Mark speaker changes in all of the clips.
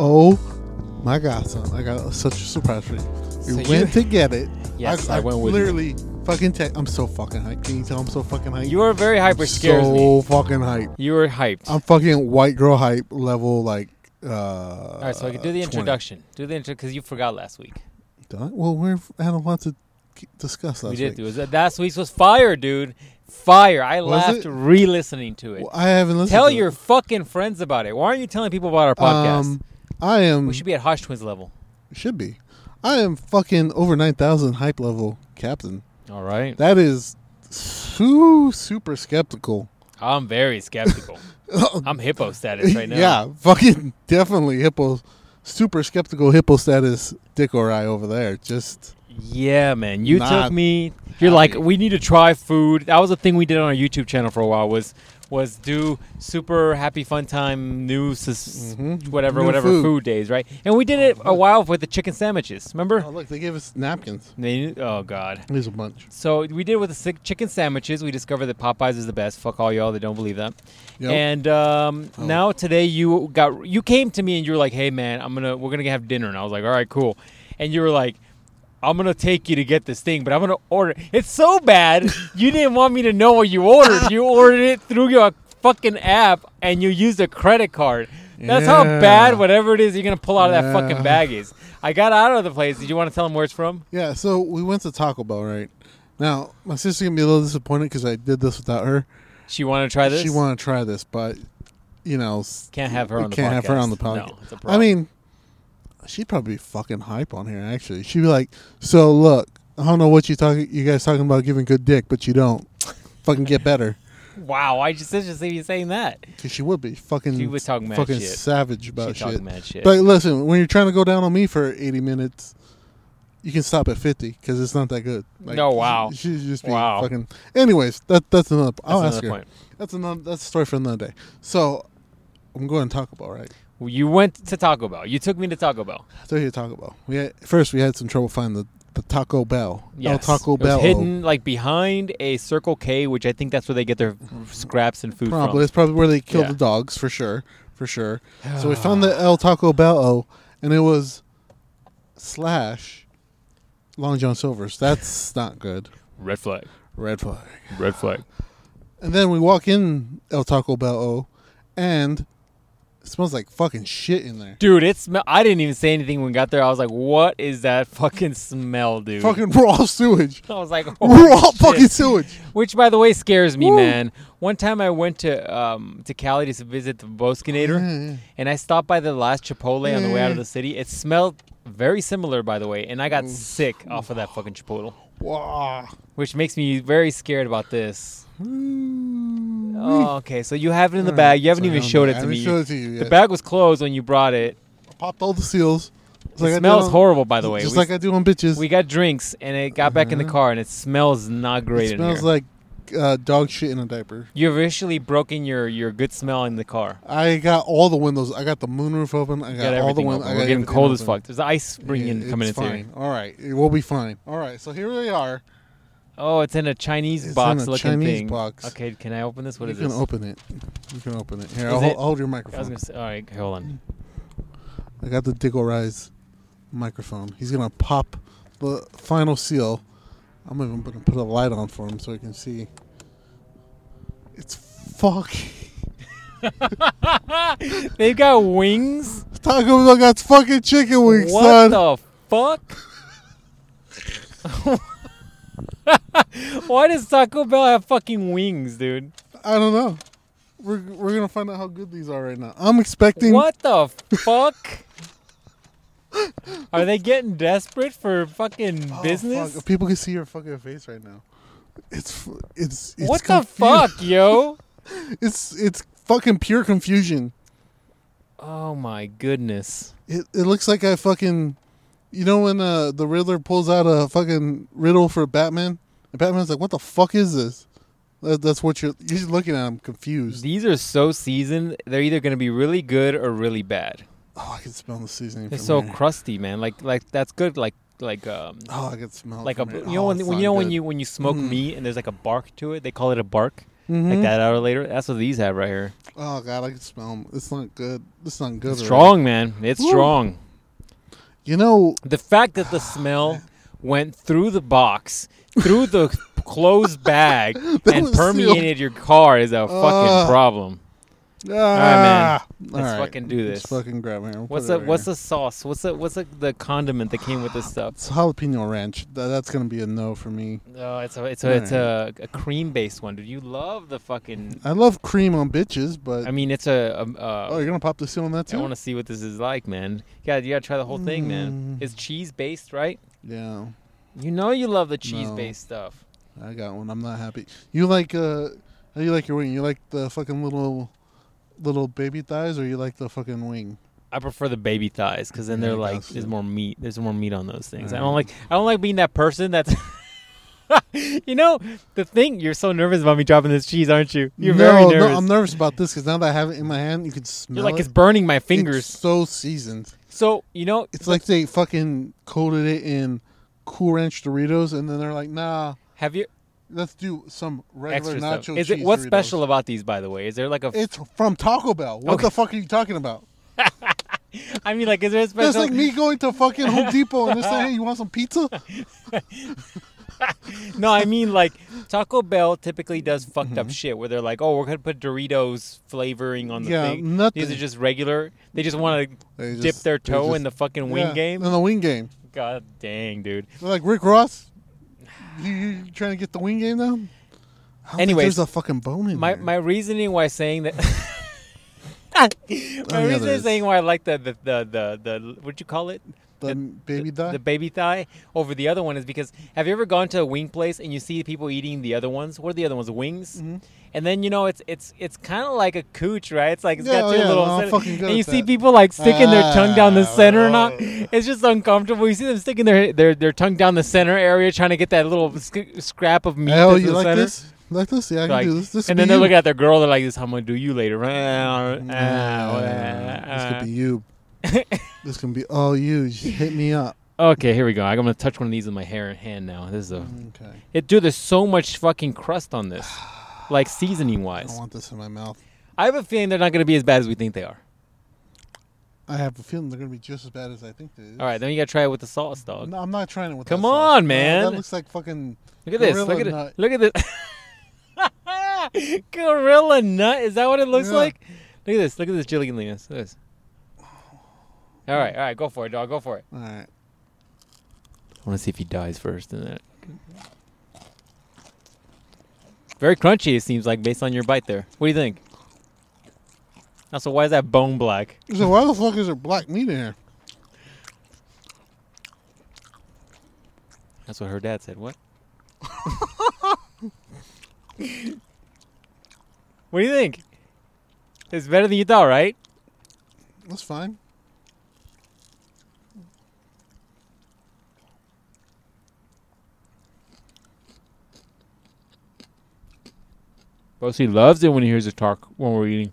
Speaker 1: Oh my god, son! I got such a surprise for you. We
Speaker 2: So you-
Speaker 1: went to get it.
Speaker 2: Yes, I went with you.
Speaker 1: literally fucking. Te- I'm so fucking hyped. Can you tell I'm so fucking hyped?
Speaker 2: You were very hyper scares
Speaker 1: so
Speaker 2: me.
Speaker 1: fucking hyped.
Speaker 2: You were hyped.
Speaker 1: I'm fucking white girl hype level like. Uh, All
Speaker 2: All right, so I can
Speaker 1: uh,
Speaker 2: do the introduction. Do the intro because you forgot last week.
Speaker 1: Well, we had a lot to k- discuss last
Speaker 2: we did.
Speaker 1: week.
Speaker 2: do It was, last week's was fire, dude. Fire. I
Speaker 1: Was
Speaker 2: laughed
Speaker 1: it?
Speaker 2: re-listening to it.
Speaker 1: Well, I haven't listened.
Speaker 2: Tell
Speaker 1: to
Speaker 2: your
Speaker 1: it.
Speaker 2: fucking friends about it. Why aren't you telling people about our podcast?
Speaker 1: Um, I am.
Speaker 2: we should be at Hodge Twins level.
Speaker 1: should be. I am fucking over nine thousand hype level captain.
Speaker 2: All right.
Speaker 1: That is su- super skeptical.
Speaker 2: I'm very skeptical. I'm hippo status right now.
Speaker 1: Yeah, fucking definitely hippo, super skeptical hippo status dick or eye over there. Just
Speaker 2: Yeah, man. You
Speaker 1: Not
Speaker 2: took me. You're like,
Speaker 1: happy.
Speaker 2: we need to try food. That was a thing we did on our YouTube channel for a while. Was was do super happy fun time new sus-
Speaker 1: Mhm.
Speaker 2: whatever
Speaker 1: New
Speaker 2: whatever
Speaker 1: food.
Speaker 2: food. days, right? And we did it a while with the chicken sandwiches. Remember?
Speaker 1: oh look, they gave us napkins.
Speaker 2: They- oh God.
Speaker 1: There's a bunch.
Speaker 2: So we did it with the sick chicken sandwiches. We discovered that Popeyes is the best. Fuck all y'all that don't believe that.
Speaker 1: Yep.
Speaker 2: And um,
Speaker 1: Oh.
Speaker 2: now today you got you came to me and you were like, "Hey man, I'm gonna we're gonna have dinner," and I was like, "All right, cool." And you were like, "I'm gonna take you to get this thing, but I'm gonna order." It's so bad you didn't want me to know what you ordered. you ordered it through your fucking app and you used a credit card. That's how
Speaker 1: Yeah.
Speaker 2: bad whatever it is you're gonna pull out of that
Speaker 1: Yeah.
Speaker 2: fucking bag is. I got out of the place. Did you want to tell them where it's from?
Speaker 1: Yeah, so we went to Taco Bell, right? Now my sister's gonna be a little disappointed because I did this without her.
Speaker 2: She wanted to try this.
Speaker 1: She wanted to try this, but you know, s-
Speaker 2: Can't have her
Speaker 1: we
Speaker 2: on the
Speaker 1: can't have her
Speaker 2: podcast.
Speaker 1: on the
Speaker 2: No,
Speaker 1: podcast.
Speaker 2: it's a
Speaker 1: I
Speaker 2: problem.
Speaker 1: mean, she'd probably be fucking hype on here. Actually, she'd be like, "So look, I don't know what you talking, you guys talking about giving good dick, but you don't fucking get better."
Speaker 2: Wow, I just just see you saying that.
Speaker 1: Because she would be fucking,
Speaker 2: She was talking mad
Speaker 1: fucking
Speaker 2: shit.
Speaker 1: savage about
Speaker 2: She talking
Speaker 1: shit.
Speaker 2: mad shit.
Speaker 1: But listen, when you're trying to go down on me for 80 minutes, you can stop at 50 because it's not that good.
Speaker 2: No, wow.
Speaker 1: She she'd just be
Speaker 2: Wow.
Speaker 1: fucking. Anyways, that that's another. I'll
Speaker 2: That's
Speaker 1: ask her.
Speaker 2: another point.
Speaker 1: That's another. That's a story for another day. So I'm going to Taco Bell, right?
Speaker 2: You went to Taco Bell. You took me to Taco Bell.
Speaker 1: So here, Taco Bell. We had, first we had some trouble finding the, the Taco Bell. El
Speaker 2: Yes.
Speaker 1: Taco
Speaker 2: It was
Speaker 1: Bell.
Speaker 2: hidden like behind a Circle K, which I think that's where they get their scraps and food
Speaker 1: Probably it's probably where they killed
Speaker 2: Yeah.
Speaker 1: the dogs for sure, for sure. so we found the El Taco Bello, and it was slash Long John Silver's. That's not good.
Speaker 2: from. Red flag.
Speaker 1: Red flag.
Speaker 2: Red flag.
Speaker 1: And then we walk in El Taco Bello, and it smells like fucking shit in there.
Speaker 2: Dude, it's. Sm- I didn't even say anything when we got there. I was like, "What is that fucking smell, dude?"
Speaker 1: Fucking raw sewage.
Speaker 2: I was like,
Speaker 1: raw fucking
Speaker 2: "Holy Oh, shit."
Speaker 1: sewage.
Speaker 2: Which, by the way, scares me,
Speaker 1: Woo.
Speaker 2: man. One time I went to um, to Cali to visit the Boskinator,
Speaker 1: Yeah, yeah.
Speaker 2: and I stopped by the last Chipotle on the way out
Speaker 1: Yeah.
Speaker 2: of the city. It smelled very similar, by the way, and I got sick off of that fucking Chipotle,
Speaker 1: Wow.
Speaker 2: which makes me very scared about this.
Speaker 1: Oh,
Speaker 2: Oh, okay, so you have it in the bag. You haven't even showed it to me.
Speaker 1: Showed it to you.
Speaker 2: The
Speaker 1: yet.
Speaker 2: bag was closed when you brought it.
Speaker 1: popped all the seals. It's
Speaker 2: It
Speaker 1: like I do
Speaker 2: smells
Speaker 1: on-
Speaker 2: horrible, by the way.
Speaker 1: Just
Speaker 2: We-
Speaker 1: like I do on bitches.
Speaker 2: We got drinks, and it got back in the
Speaker 1: Uh-huh.
Speaker 2: car, and it smells not great
Speaker 1: it
Speaker 2: in
Speaker 1: smells
Speaker 2: here.
Speaker 1: like uh, dog shit in a diaper.
Speaker 2: You've officially broken your, your good smell in the car.
Speaker 1: I got all the windows. I got the moonroof open. I
Speaker 2: You
Speaker 1: got, all the
Speaker 2: everything
Speaker 1: windows.
Speaker 2: open. We're getting cold as fuck. There's ice springing coming in
Speaker 1: it's
Speaker 2: through.
Speaker 1: fine. All right, it will be fine. All right, so here we are.
Speaker 2: Oh, it's in a Chinese
Speaker 1: It's
Speaker 2: box
Speaker 1: in a
Speaker 2: looking
Speaker 1: Chinese
Speaker 2: thing.
Speaker 1: box.
Speaker 2: Okay, can I open this? What
Speaker 1: you
Speaker 2: is
Speaker 1: can
Speaker 2: this?
Speaker 1: open it. You can open it. Here,
Speaker 2: Is
Speaker 1: I'll, hol-
Speaker 2: it-
Speaker 1: I'll hold your
Speaker 2: I was
Speaker 1: microphone.
Speaker 2: gonna say. All right, hold on.
Speaker 1: I got the Diggle Rise microphone. He's gonna pop the final seal. I'm even gonna put a light on for him so he can see. It's fucking
Speaker 2: They've got wings.
Speaker 1: Taco Bell got fucking chicken wings,
Speaker 2: what
Speaker 1: son.
Speaker 2: the fuck? Why does Taco Bell have fucking wings, dude?
Speaker 1: I don't know. We're, we're gonna find out how good these are right now. I'm expecting.
Speaker 2: What the fuck? Are they getting desperate for fucking
Speaker 1: Oh,
Speaker 2: business?
Speaker 1: fuck. People can see your fucking face right now. It's f- it's, it's
Speaker 2: what the
Speaker 1: confu-
Speaker 2: fuck, yo?
Speaker 1: It's it's fucking pure confusion.
Speaker 2: Oh my goodness.
Speaker 1: It it looks like I fucking, you know when uh, the Riddler pulls out a fucking riddle for Batman, and Batman's like, "What the fuck is this?" That, that's what you're you're just looking at. him confused.
Speaker 2: These are so seasoned. They're either going to be really good or really bad.
Speaker 1: Oh, I can smell the seasoning.
Speaker 2: They're
Speaker 1: from
Speaker 2: so
Speaker 1: here.
Speaker 2: crusty, man. Like like that's good. Like like um
Speaker 1: oh, I can smell. it
Speaker 2: like a
Speaker 1: from here.
Speaker 2: you know
Speaker 1: Oh,
Speaker 2: when,
Speaker 1: it's
Speaker 2: when you
Speaker 1: not
Speaker 2: know when
Speaker 1: good.
Speaker 2: you when you smoke
Speaker 1: Mm.
Speaker 2: meat and there's like a bark to it. They call it a bark.
Speaker 1: Mhm.
Speaker 2: Like that hour later. That's what these have right here.
Speaker 1: Oh god, I can smell them. It's not good. It's not good.
Speaker 2: It's
Speaker 1: already.
Speaker 2: strong, man. It's
Speaker 1: Woo.
Speaker 2: strong.
Speaker 1: You know,
Speaker 2: The fact that the smell went through the box, through the closed bag,
Speaker 1: That
Speaker 2: and
Speaker 1: was sealed.
Speaker 2: permeated your car is a
Speaker 1: Ah.
Speaker 2: fucking problem.
Speaker 1: ah,
Speaker 2: man.
Speaker 1: all
Speaker 2: Let's fucking do
Speaker 1: Let's
Speaker 2: this.
Speaker 1: fucking grab it. We'll
Speaker 2: What's
Speaker 1: put it
Speaker 2: the
Speaker 1: right
Speaker 2: What's
Speaker 1: here.
Speaker 2: the sauce? What's the What's the, the condiment that came with this stuff?
Speaker 1: It's jalapeno ranch. Th- that's gonna be a no for me.
Speaker 2: Oh, it's a it's a it's a, a cream based one, dude. You love the fucking.
Speaker 1: I love cream on bitches, but
Speaker 2: I mean, it's a. a, a
Speaker 1: Uh, oh, you're gonna pop the seal on that
Speaker 2: I
Speaker 1: too.
Speaker 2: want to see what this is like, man. God, you gotta try the whole thing, man.
Speaker 1: Mm.
Speaker 2: It's cheese based, right?
Speaker 1: yeah,
Speaker 2: You know you love the cheese based stuff.
Speaker 1: I got one. I'm not happy. You like uh, how you like your wing? You like the fucking little, little baby thighs, or you like the fucking wing?
Speaker 2: I prefer the baby thighs because then
Speaker 1: Yeah,
Speaker 2: they're
Speaker 1: I
Speaker 2: like
Speaker 1: guess,
Speaker 2: there's
Speaker 1: yeah.
Speaker 2: more meat. There's more meat on those things. I
Speaker 1: Yeah.
Speaker 2: don't like I don't like being that person that's. you know the thing you're so nervous about me dropping this cheese, aren't you? You're
Speaker 1: no,
Speaker 2: very
Speaker 1: no,
Speaker 2: nervous.
Speaker 1: I'm nervous about this because now that I have it in my hand, you can smell
Speaker 2: you're like
Speaker 1: it.
Speaker 2: it's burning my
Speaker 1: It's
Speaker 2: fingers.
Speaker 1: so seasoned.
Speaker 2: so you know
Speaker 1: It's like they fucking coated it in Cool Ranch Doritos, and then they're like, nah,
Speaker 2: have you
Speaker 1: let's do some regular
Speaker 2: extra
Speaker 1: nacho
Speaker 2: stuff? Is
Speaker 1: cheese
Speaker 2: it what's
Speaker 1: Doritos.
Speaker 2: special about these? By the way, is there like a? I
Speaker 1: It's from Taco Bell. What
Speaker 2: Okay.
Speaker 1: the fuck are you talking about?
Speaker 2: mean, like is there a
Speaker 1: That's
Speaker 2: special?
Speaker 1: like me going to fucking Home Depot and they say, hey, you want some pizza?
Speaker 2: No, I mean like Taco Bell typically does
Speaker 1: Mm-hmm.
Speaker 2: fucked up shit where they're like, oh, we're gonna put Doritos flavoring on the
Speaker 1: Yeah,
Speaker 2: thing.
Speaker 1: nothing.
Speaker 2: These are just regular. They just want to
Speaker 1: They
Speaker 2: dip
Speaker 1: just-
Speaker 2: their
Speaker 1: they
Speaker 2: toe
Speaker 1: just-
Speaker 2: in the fucking wing
Speaker 1: yeah, Uh-huh.
Speaker 2: game.
Speaker 1: In the wing game.
Speaker 2: God dang, dude.
Speaker 1: They're like, Rick Ross, you, you trying to get the wing game now? I don't think
Speaker 2: Anyways,
Speaker 1: there's a fucking bone in
Speaker 2: My
Speaker 1: there.
Speaker 2: my reasoning why saying that.
Speaker 1: Oh,
Speaker 2: my
Speaker 1: there
Speaker 2: reasoning
Speaker 1: is.
Speaker 2: saying why I like the the the the, the what'd you call it?
Speaker 1: the baby
Speaker 2: the,
Speaker 1: die?
Speaker 2: the baby thigh over the other one is because have you ever gone to a wing place and you see people eating the other ones? What are the other ones? Wings.
Speaker 1: Mm-hmm.
Speaker 2: And then you know it's it's it's kind of like a cooch, right? It's like it's
Speaker 1: Yeah,
Speaker 2: got
Speaker 1: oh,
Speaker 2: two
Speaker 1: yeah,
Speaker 2: little.
Speaker 1: no, I'm
Speaker 2: center-
Speaker 1: fucking good
Speaker 2: and you
Speaker 1: at
Speaker 2: see
Speaker 1: that.
Speaker 2: people like sticking their tongue down the
Speaker 1: Ah,
Speaker 2: center or not.
Speaker 1: oh.
Speaker 2: It's just uncomfortable. You see them sticking their their, their tongue down the center area, trying to get that little sc- scrap of meat.
Speaker 1: oh,
Speaker 2: that's in
Speaker 1: you
Speaker 2: the
Speaker 1: like
Speaker 2: center.
Speaker 1: this? You Like this? Yeah, I can
Speaker 2: Like-
Speaker 1: do this. this
Speaker 2: and
Speaker 1: could
Speaker 2: then
Speaker 1: be
Speaker 2: they're
Speaker 1: you.
Speaker 2: looking at their girl. They're like, "This, I'm gonna do you later." Ah,
Speaker 1: Nah,
Speaker 2: uh.
Speaker 1: this could be you. this can be all you. Just hit me up.
Speaker 2: Okay, here we go. I'm gonna touch one of these with my hair hand now. This is a
Speaker 1: Okay.
Speaker 2: It, dude, there's so much fucking crust on this, like seasoning
Speaker 1: I
Speaker 2: wise.
Speaker 1: don't want this in my mouth.
Speaker 2: I have a feeling they're not going to be as bad as we think they are.
Speaker 1: I have a feeling they're gonna be just as bad as I think they is.
Speaker 2: All right, then you got to try it with the sauce, dog.
Speaker 1: No, I'm not trying it with.
Speaker 2: Come
Speaker 1: that sauce.
Speaker 2: on,
Speaker 1: No,
Speaker 2: man.
Speaker 1: that looks like fucking.
Speaker 2: look at this.
Speaker 1: Gorilla
Speaker 2: Look at
Speaker 1: nut.
Speaker 2: it. Look at this. Gorilla nut. Is that what it looks
Speaker 1: Yeah.
Speaker 2: like? Look at this. Look at this jillianliness. Look at this. All right, all right, go for it, dog. Go for it.
Speaker 1: All right.
Speaker 2: I want to see if he dies first, and then. Very crunchy. It seems like based on your bite there. What do you think? Also, why is that bone black?
Speaker 1: So why the fuck is there black meat in here?
Speaker 2: That's what her dad said. What? what do you think? It's better than you thought, right?
Speaker 1: That's fine.
Speaker 2: Both he loves it when he hears us talk when we're eating.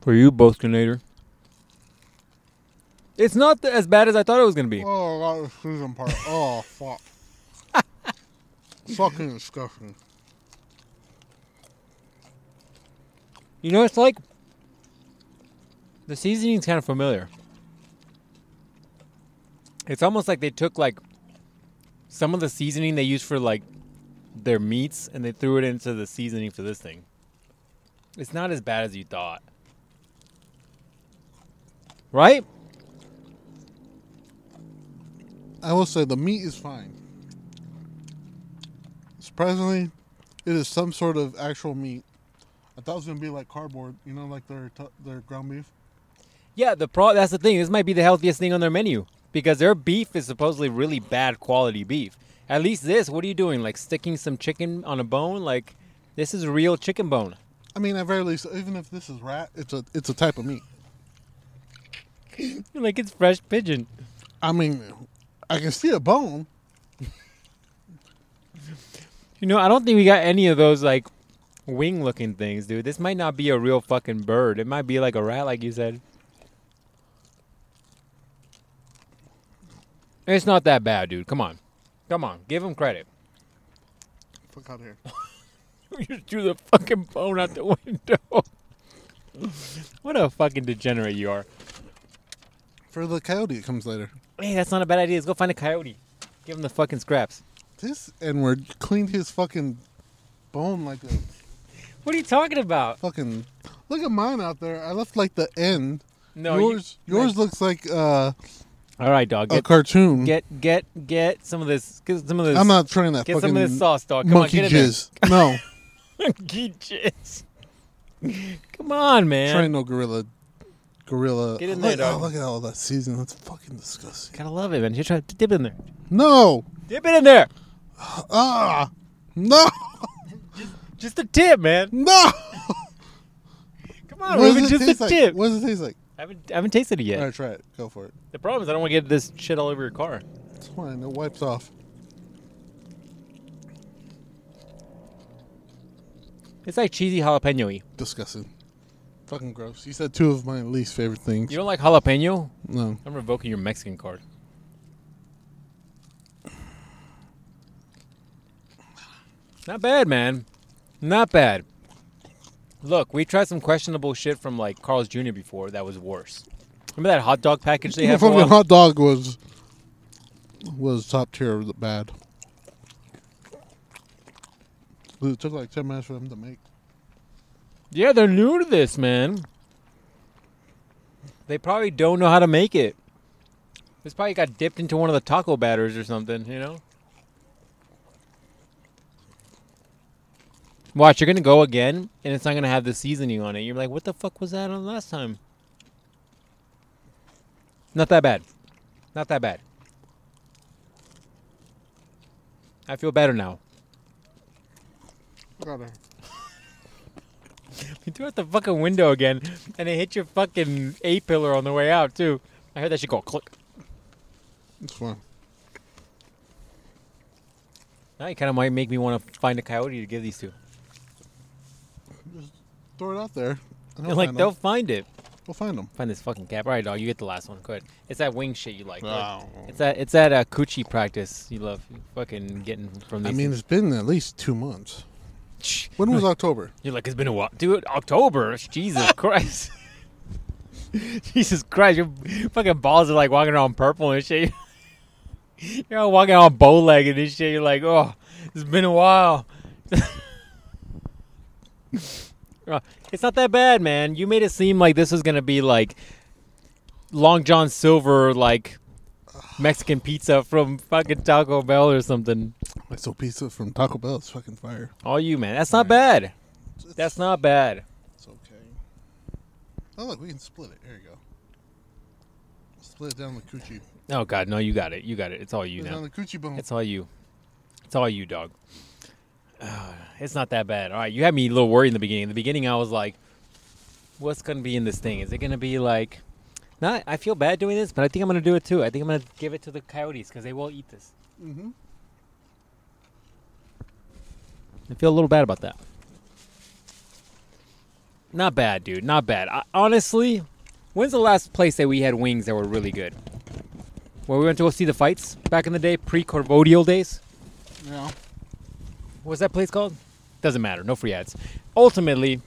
Speaker 2: For you, both Nader. It's not th- as bad as I thought it was gonna be.
Speaker 1: Oh, I got the season part. Oh fuck. fucking disgusting.
Speaker 2: You know, it's like the seasoning's kind of familiar. It's almost like they took like some of the seasoning they used for like their meats and they threw it into the seasoning for this thing. It's not as bad as you thought. Right?
Speaker 1: I will say the meat is fine. Surprisingly, it is some sort of actual meat. I thought it was gonna be like cardboard, you know, like their t- their ground beef.
Speaker 2: Yeah, the pro that's the thing. This might be the healthiest thing on their menu because their beef is supposedly really bad quality beef. At least this, what are you doing? Like sticking some chicken on a bone? Like this is real chicken bone.
Speaker 1: I mean, at very least, even if this is rat, it's a it's a type of meat.
Speaker 2: You're like it's fresh pigeon.
Speaker 1: I mean, I can see a bone.
Speaker 2: You know, I don't think we got any of those like wing looking things, dude. This might not be a real fucking bird. It might be like a rat, like you said. It's not that bad, dude. Come on. Come on. Give him credit.
Speaker 1: Fuck out here.
Speaker 2: you just threw the fucking bone out the window. What a fucking degenerate you are.
Speaker 1: For the coyote, it comes later.
Speaker 2: Hey, that's not a bad idea. Let's go find a coyote. Give him the fucking scraps.
Speaker 1: This N word cleaned his fucking bone like a
Speaker 2: What are you talking about?
Speaker 1: fucking. Look at mine out there. I left like the end.
Speaker 2: No, you-
Speaker 1: yours yours looks like uh,
Speaker 2: All right, dog.
Speaker 1: a
Speaker 2: Get,
Speaker 1: cartoon.
Speaker 2: get, get, get some of this. Get some of this.
Speaker 1: I'm not trying that
Speaker 2: Get
Speaker 1: fucking
Speaker 2: some of this sauce, dog. Come
Speaker 1: monkey
Speaker 2: on, get in
Speaker 1: jizz. No,
Speaker 2: there. monkey jizz. Come on, man.
Speaker 1: trying no gorilla. Gorilla.
Speaker 2: Get in
Speaker 1: look,
Speaker 2: there, dog.
Speaker 1: Oh, look at all that season. That's fucking disgusting.
Speaker 2: Gotta love it, man. You try to dip it in there.
Speaker 1: No.
Speaker 2: Dip it in there.
Speaker 1: Ah. No.
Speaker 2: Just the tip, man.
Speaker 1: No.
Speaker 2: Come on, Ruben. Just the
Speaker 1: taste like?
Speaker 2: tip.
Speaker 1: What does it taste like?
Speaker 2: I haven't, I haven't tasted it yet.
Speaker 1: All right, try it. Go for it.
Speaker 2: The problem is I don't want to get this shit all over your car.
Speaker 1: It's fine. It wipes off.
Speaker 2: It's like cheesy jalapeno-y.
Speaker 1: Disgusting. Fucking gross. You said two of my least favorite things.
Speaker 2: You don't like jalapeno?
Speaker 1: No.
Speaker 2: I'm revoking your Mexican card. Not bad, man. Not bad. Look, we tried some questionable shit from like Carl's Jr. before that was worse. Remember that hot dog package they
Speaker 1: the
Speaker 2: had for a
Speaker 1: fucking
Speaker 2: while?
Speaker 1: hot dog was was top tier of the bad. It took like ten minutes for them to make.
Speaker 2: Yeah, they're new to this, man. They probably don't know how to make it. This probably got dipped into one of the taco batters or something, you know? Watch, you're going to go again, and it's not going to have the seasoning on it. You're like, what the fuck was that on last time? Not that bad. Not that bad. I feel better now. You threw out the fucking window again, and it hit your fucking A pillar on the way out too. I heard that shit go click.
Speaker 1: It's fine.
Speaker 2: Now you kind of might make me want to find a coyote to give these to.
Speaker 1: Throw it out there. and
Speaker 2: They're
Speaker 1: We'll
Speaker 2: like
Speaker 1: find
Speaker 2: they'll
Speaker 1: them.
Speaker 2: find it.
Speaker 1: We'll find them.
Speaker 2: Find this fucking cap. All right, dog, you get the last one. Go ahead. It's that wing shit you like. Look.
Speaker 1: Wow.
Speaker 2: It's that it's that uh, coochie practice you love. You fucking getting from
Speaker 1: I
Speaker 2: these.
Speaker 1: mean, it's been at least two months.
Speaker 2: things.
Speaker 1: When was October?
Speaker 2: you're like it's been a while, dude. October. Jesus Christ. Jesus Christ, your fucking balls are like walking around purple and shit. You're all walking around bow legged and shit. You're like, oh, it's been a while. Uh, it's not that bad, man. You made it seem like this was gonna be like Long John Silver, like Mexican pizza from fucking Taco Bell or something.
Speaker 1: I stole pizza from Taco Bell. It's fucking fire.
Speaker 2: All you, man. That's not bad.
Speaker 1: It's,
Speaker 2: That's not bad.
Speaker 1: It's okay. Oh look, we can split it. Here you go. Split it down the coochie.
Speaker 2: Oh God, no, you got it. You got it. It's all you
Speaker 1: Split it
Speaker 2: now.
Speaker 1: down the coochie bone.
Speaker 2: It's all you. It's all you, dog. it's not that bad. All right, you had me a little worried in the beginning. In the beginning, I was like, "What's gonna be in this thing? Is it gonna be like?" Not. I feel bad doing this, but I think I'm gonna do it too. I think I'm gonna give it to the coyotes because they will eat this.
Speaker 1: Mm-hmm.
Speaker 2: I feel a little bad about that. Not bad, dude. Not bad. I, honestly, when's the last place that we had wings that were really good? Where we went to go see the fights back in the day, pre-Corvodial days.
Speaker 1: Yeah.
Speaker 2: What was that place called? Doesn't matter. No free ads. Ultimately,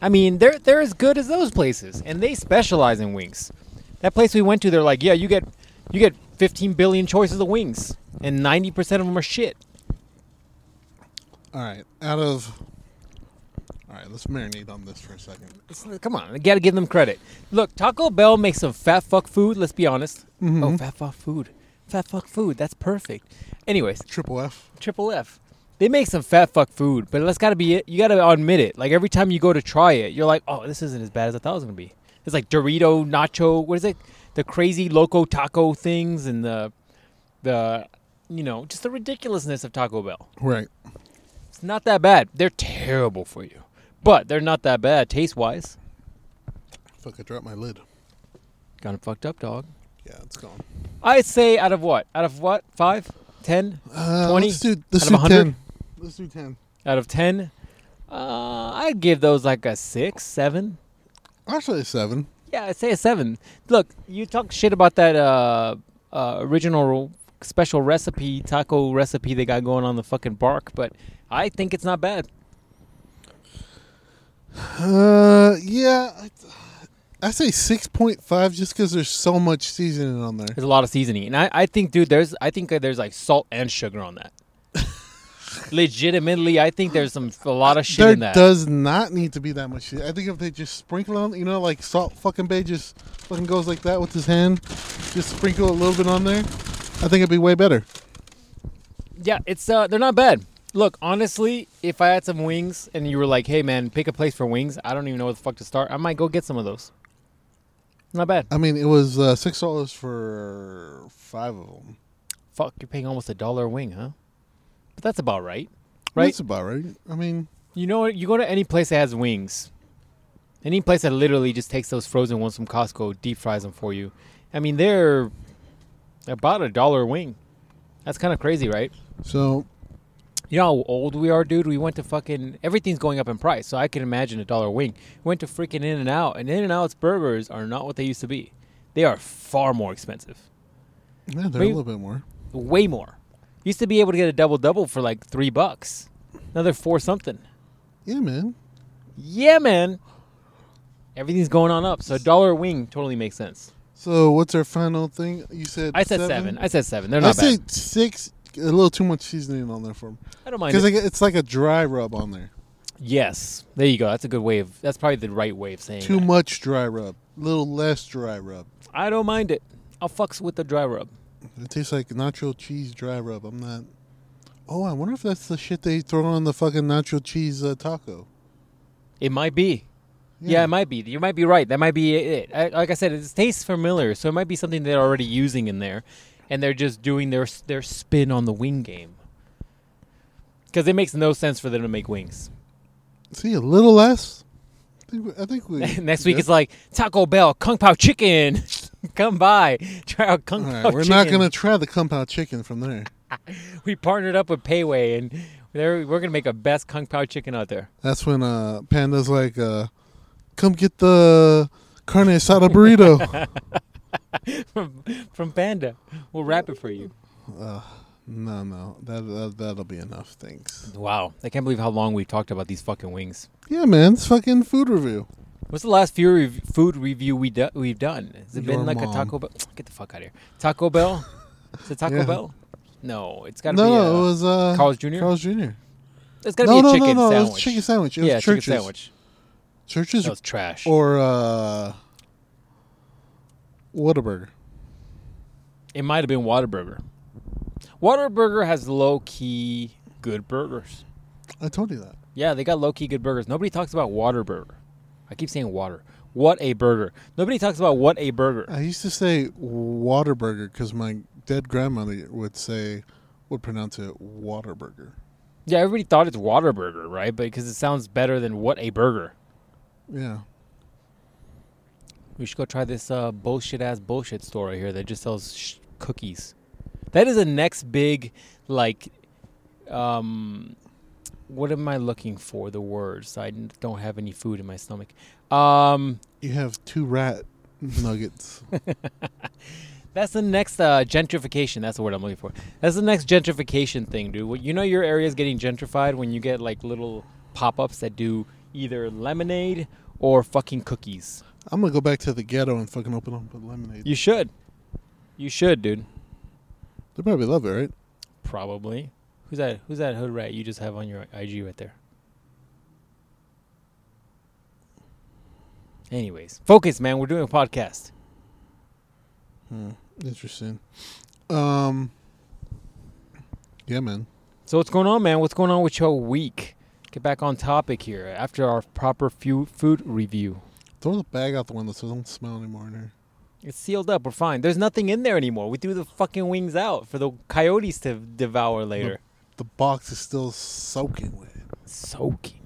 Speaker 2: I mean, they're they're as good as those places, and they specialize in wings. That place we went to, they're like, yeah, you get you get 15 billion choices of wings, and 90% of them are shit.
Speaker 1: All right. Out of. All right. Let's marinate on this for a second.
Speaker 2: It's like, come on, I gotta give them credit. Look, Taco Bell makes some fat fuck food. Let's be honest. Oh, fat fuck food, fat fuck food. That's perfect. Anyways,
Speaker 1: Triple F.
Speaker 2: Triple F. They make some fat fuck food, but that's gotta be it. You gotta admit it. Like every time you go to try it, you're like, oh, this isn't as bad as I thought it was gonna be. It's like Dorito Nacho. What is it? The crazy loco taco things and the the you know just the ridiculousness of Taco Bell.
Speaker 1: Right.
Speaker 2: It's not that bad. They're terrible for you, but they're not that bad taste wise.
Speaker 1: Fuck! I dropped my lid.
Speaker 2: Got 'em fucked up, dog.
Speaker 1: Yeah, it's gone.
Speaker 2: I say out of what? Out of what? Five? Ten?
Speaker 1: Uh,
Speaker 2: 20?
Speaker 1: Let's do, let's
Speaker 2: Out of
Speaker 1: do
Speaker 2: 100?
Speaker 1: ten. Let's do ten.
Speaker 2: Out of ten? Uh, I'd give those like a six, seven.
Speaker 1: Actually, seven.
Speaker 2: Yeah, I'd say a seven. Look, you talk shit about that uh, uh, original special recipe, taco recipe they got going on the fucking bark, but I think it's not bad.
Speaker 1: Uh, yeah, I, I say six point five just because there's so much seasoning on there.
Speaker 2: There's a lot of seasoning, and I, I think, dude, there's I think that there's like salt and sugar on that. Legitimately, I think there's some a lot of shit
Speaker 1: there
Speaker 2: in that.
Speaker 1: does not need to be that much shit. I think if they just sprinkle on, you know, like Salt fucking Bay just fucking goes like that with his hand, just sprinkle a little bit on there. I think it'd be way better.
Speaker 2: yeah, it's uh, they're not bad. Look, honestly, if I had some wings and you were like, "Hey, man, pick a place for wings," I don't even know where the fuck to start. I might go get some of those. Not bad.
Speaker 1: I mean, it was uh, six dollars for five of them.
Speaker 2: Fuck, you're paying almost a dollar a wing, huh? But that's about right, right?
Speaker 1: That's about right. I mean,
Speaker 2: You know what? You go to any place that has wings, any place that literally just takes those frozen ones from Costco, deep fries them for you. I mean, they're about a dollar a wing. That's kind of crazy, right?
Speaker 1: so
Speaker 2: You know how old we are, dude. We went to fucking everything's going up in price, so I can imagine a dollar a wing. We went to freaking In and Out, and In and Out's burgers are not what they used to be. They are far more expensive,
Speaker 1: yeah, they're a
Speaker 2: Wait.
Speaker 1: little bit more.
Speaker 2: way more. Used to be able to get a double double for like three bucks. Now they're four something.
Speaker 1: Yeah, man.
Speaker 2: Yeah, man. Everything's going on up, so a dollar a wing totally makes sense.
Speaker 1: So what's our final thing? You said
Speaker 2: I said seven. I said seven. They're
Speaker 1: I
Speaker 2: not
Speaker 1: said
Speaker 2: bad.
Speaker 1: six. A little too much seasoning on there for them
Speaker 2: I don't mind.
Speaker 1: because
Speaker 2: It.
Speaker 1: it's like a dry rub on there.
Speaker 2: yes, there you go. That's a good way of. That's probably the right way of saying.
Speaker 1: Too
Speaker 2: that.
Speaker 1: much dry rub. Little less dry rub.
Speaker 2: I don't mind it. I'll fucks with the dry rub.
Speaker 1: It tastes like nacho cheese dry rub. I'm not. Oh, I wonder if that's the shit they throw on the fucking nacho cheese uh, taco.
Speaker 2: It might be. Yeah. it might be. You might be right. That might be it. I, like I said, it tastes familiar, so it might be something they're already using in there, and they're just doing their s- their spin on the wing game. Because it makes no sense for them to make wings.
Speaker 1: See, a little less. I think we. I think we
Speaker 2: Next week
Speaker 1: yeah.
Speaker 2: it's like Taco Bell Kung Pao Chicken. Come by, try out Kung
Speaker 1: All right,
Speaker 2: Pao.
Speaker 1: we're not
Speaker 2: Chicken.
Speaker 1: gonna try the Kung Pao chicken from there.
Speaker 2: We partnered up with Payway, and they're, we're gonna make a best Kung Pao Chicken out there.
Speaker 1: That's when uh, Panda's like, uh, "Come get the carne asada burrito."
Speaker 2: from from Panda, we'll wrap it for you.
Speaker 1: uh, no, no, that, that that'll be enough. Thanks.
Speaker 2: Wow, I can't believe how long we've talked about these fucking wings.
Speaker 1: Yeah, man, it's fucking food review.
Speaker 2: What's the last few rev- food review we do- we've done? Has it
Speaker 1: Your
Speaker 2: been like
Speaker 1: mom.
Speaker 2: a Taco Bell? Get the fuck out of here. Taco Bell? Is it Taco
Speaker 1: Yeah.
Speaker 2: Bell? No, it's
Speaker 1: No,
Speaker 2: got to
Speaker 1: no, it
Speaker 2: be uh,
Speaker 1: was uh,
Speaker 2: Carl's Jr.
Speaker 1: Carl's Jr.
Speaker 2: it's got to
Speaker 1: No,
Speaker 2: be
Speaker 1: no,
Speaker 2: a
Speaker 1: no,
Speaker 2: chicken
Speaker 1: no, it
Speaker 2: sandwich.
Speaker 1: was chicken sandwich. It was
Speaker 2: yeah,
Speaker 1: churches,
Speaker 2: chicken sandwich.
Speaker 1: churches,
Speaker 2: That was trash.
Speaker 1: or uh, Whataburger.
Speaker 2: it might have been Whataburger. Whataburger has low key good burgers.
Speaker 1: I told you that.
Speaker 2: Yeah, they got low key good burgers. Nobody talks about Waterburger. I keep saying water. What a burger. Nobody talks about what a burger.
Speaker 1: I used to say Waterburger because my dead grandmother would say would pronounce it Waterburger.
Speaker 2: Yeah, everybody thought it's Waterburger, right? But because it sounds better than what a burger.
Speaker 1: Yeah.
Speaker 2: We should go try this uh, bullshit ass bullshit store right here that just sells sh- cookies. That is the next big, like, um, what am I looking for? The words. I n- don't have any food in my stomach. Um,
Speaker 1: You have two rat nuggets.
Speaker 2: that's the next uh, gentrification. That's the word I'm looking for. That's the next gentrification thing, dude. Well, You know your area is getting gentrified when you get like little pop-ups that do either lemonade or fucking cookies.
Speaker 1: I'm gonna go back to the ghetto and fucking open up with lemonade.
Speaker 2: You should. You should, dude.
Speaker 1: They probably love it, right?
Speaker 2: Probably. Who's that? Who's that hood rat you just have on your IG right there? Anyways, focus, man. We're doing a podcast.
Speaker 1: Hmm. Interesting. Um. Yeah, man.
Speaker 2: So what's going on, man? What's going on with your week? Get back on topic here after our proper fu- food review.
Speaker 1: Throw the bag out the window so it don't smell anymore in here.
Speaker 2: It's sealed up. We're fine. There's nothing in there anymore. We threw the fucking wings out for the coyotes to devour later.
Speaker 1: The box is still soaking with it.
Speaker 2: Soaking.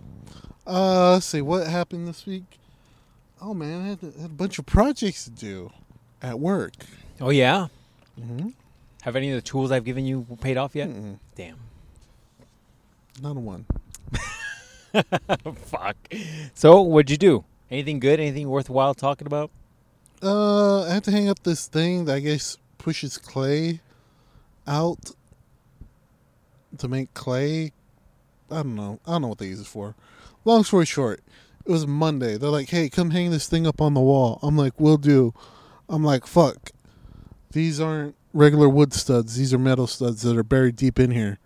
Speaker 1: Uh, let's see what happened this week. Oh man, I had, had a bunch of projects to do at work.
Speaker 2: Oh yeah.
Speaker 1: Mm-hmm.
Speaker 2: Have any of the tools I've given you paid off yet?
Speaker 1: Mm-mm.
Speaker 2: Damn.
Speaker 1: Not a one.
Speaker 2: Fuck. So, what'd you do? Anything good? Anything worthwhile talking about?
Speaker 1: Uh, I had to hang up this thing that I guess pushes clay out to make clay. I don't know. I don't know what they use it for. Long story short, It was Monday. They're like, "Hey, come hang this thing up on the wall." I'm like, "We'll do." I'm like, "Fuck, these aren't regular wood studs. These are metal studs that are buried deep in here.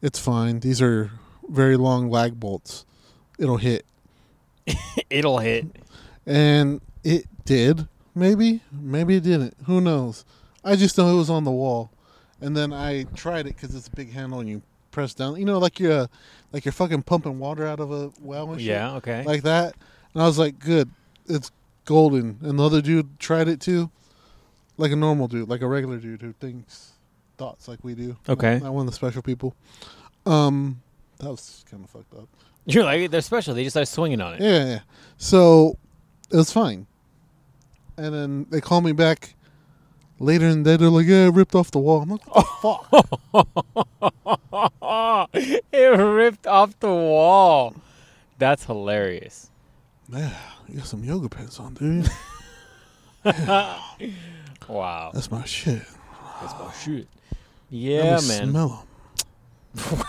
Speaker 1: It's fine. These are very long lag bolts. It'll hit."
Speaker 2: It'll hit.
Speaker 1: And it did. Maybe, maybe it didn't. Who knows? I just know it was on the wall, and then I tried it because it's a big handle and you press down. You know, like you're, uh, like you're fucking pumping water out of a well and shit
Speaker 2: Yeah. Okay.
Speaker 1: like that. And I was like, good, it's golden. And the other dude tried it too, like a normal dude, like a regular dude who thinks thoughts like we do.
Speaker 2: Okay.
Speaker 1: Not one of the special people. Um, that was kind of fucked up.
Speaker 2: You're like they're special. They just start swinging on it.
Speaker 1: Yeah, yeah, yeah. So it was fine. And then they call me back later in the day. They're like, yeah, I ripped off the wall. I'm like, "Oh, what the fuck?
Speaker 2: it ripped off the wall. That's hilarious.
Speaker 1: Yeah, you got some yoga pants on, dude.
Speaker 2: Wow.
Speaker 1: That's my shit.
Speaker 2: That's my Oh, shit. Yeah,
Speaker 1: Let me
Speaker 2: man.
Speaker 1: Smell 'em.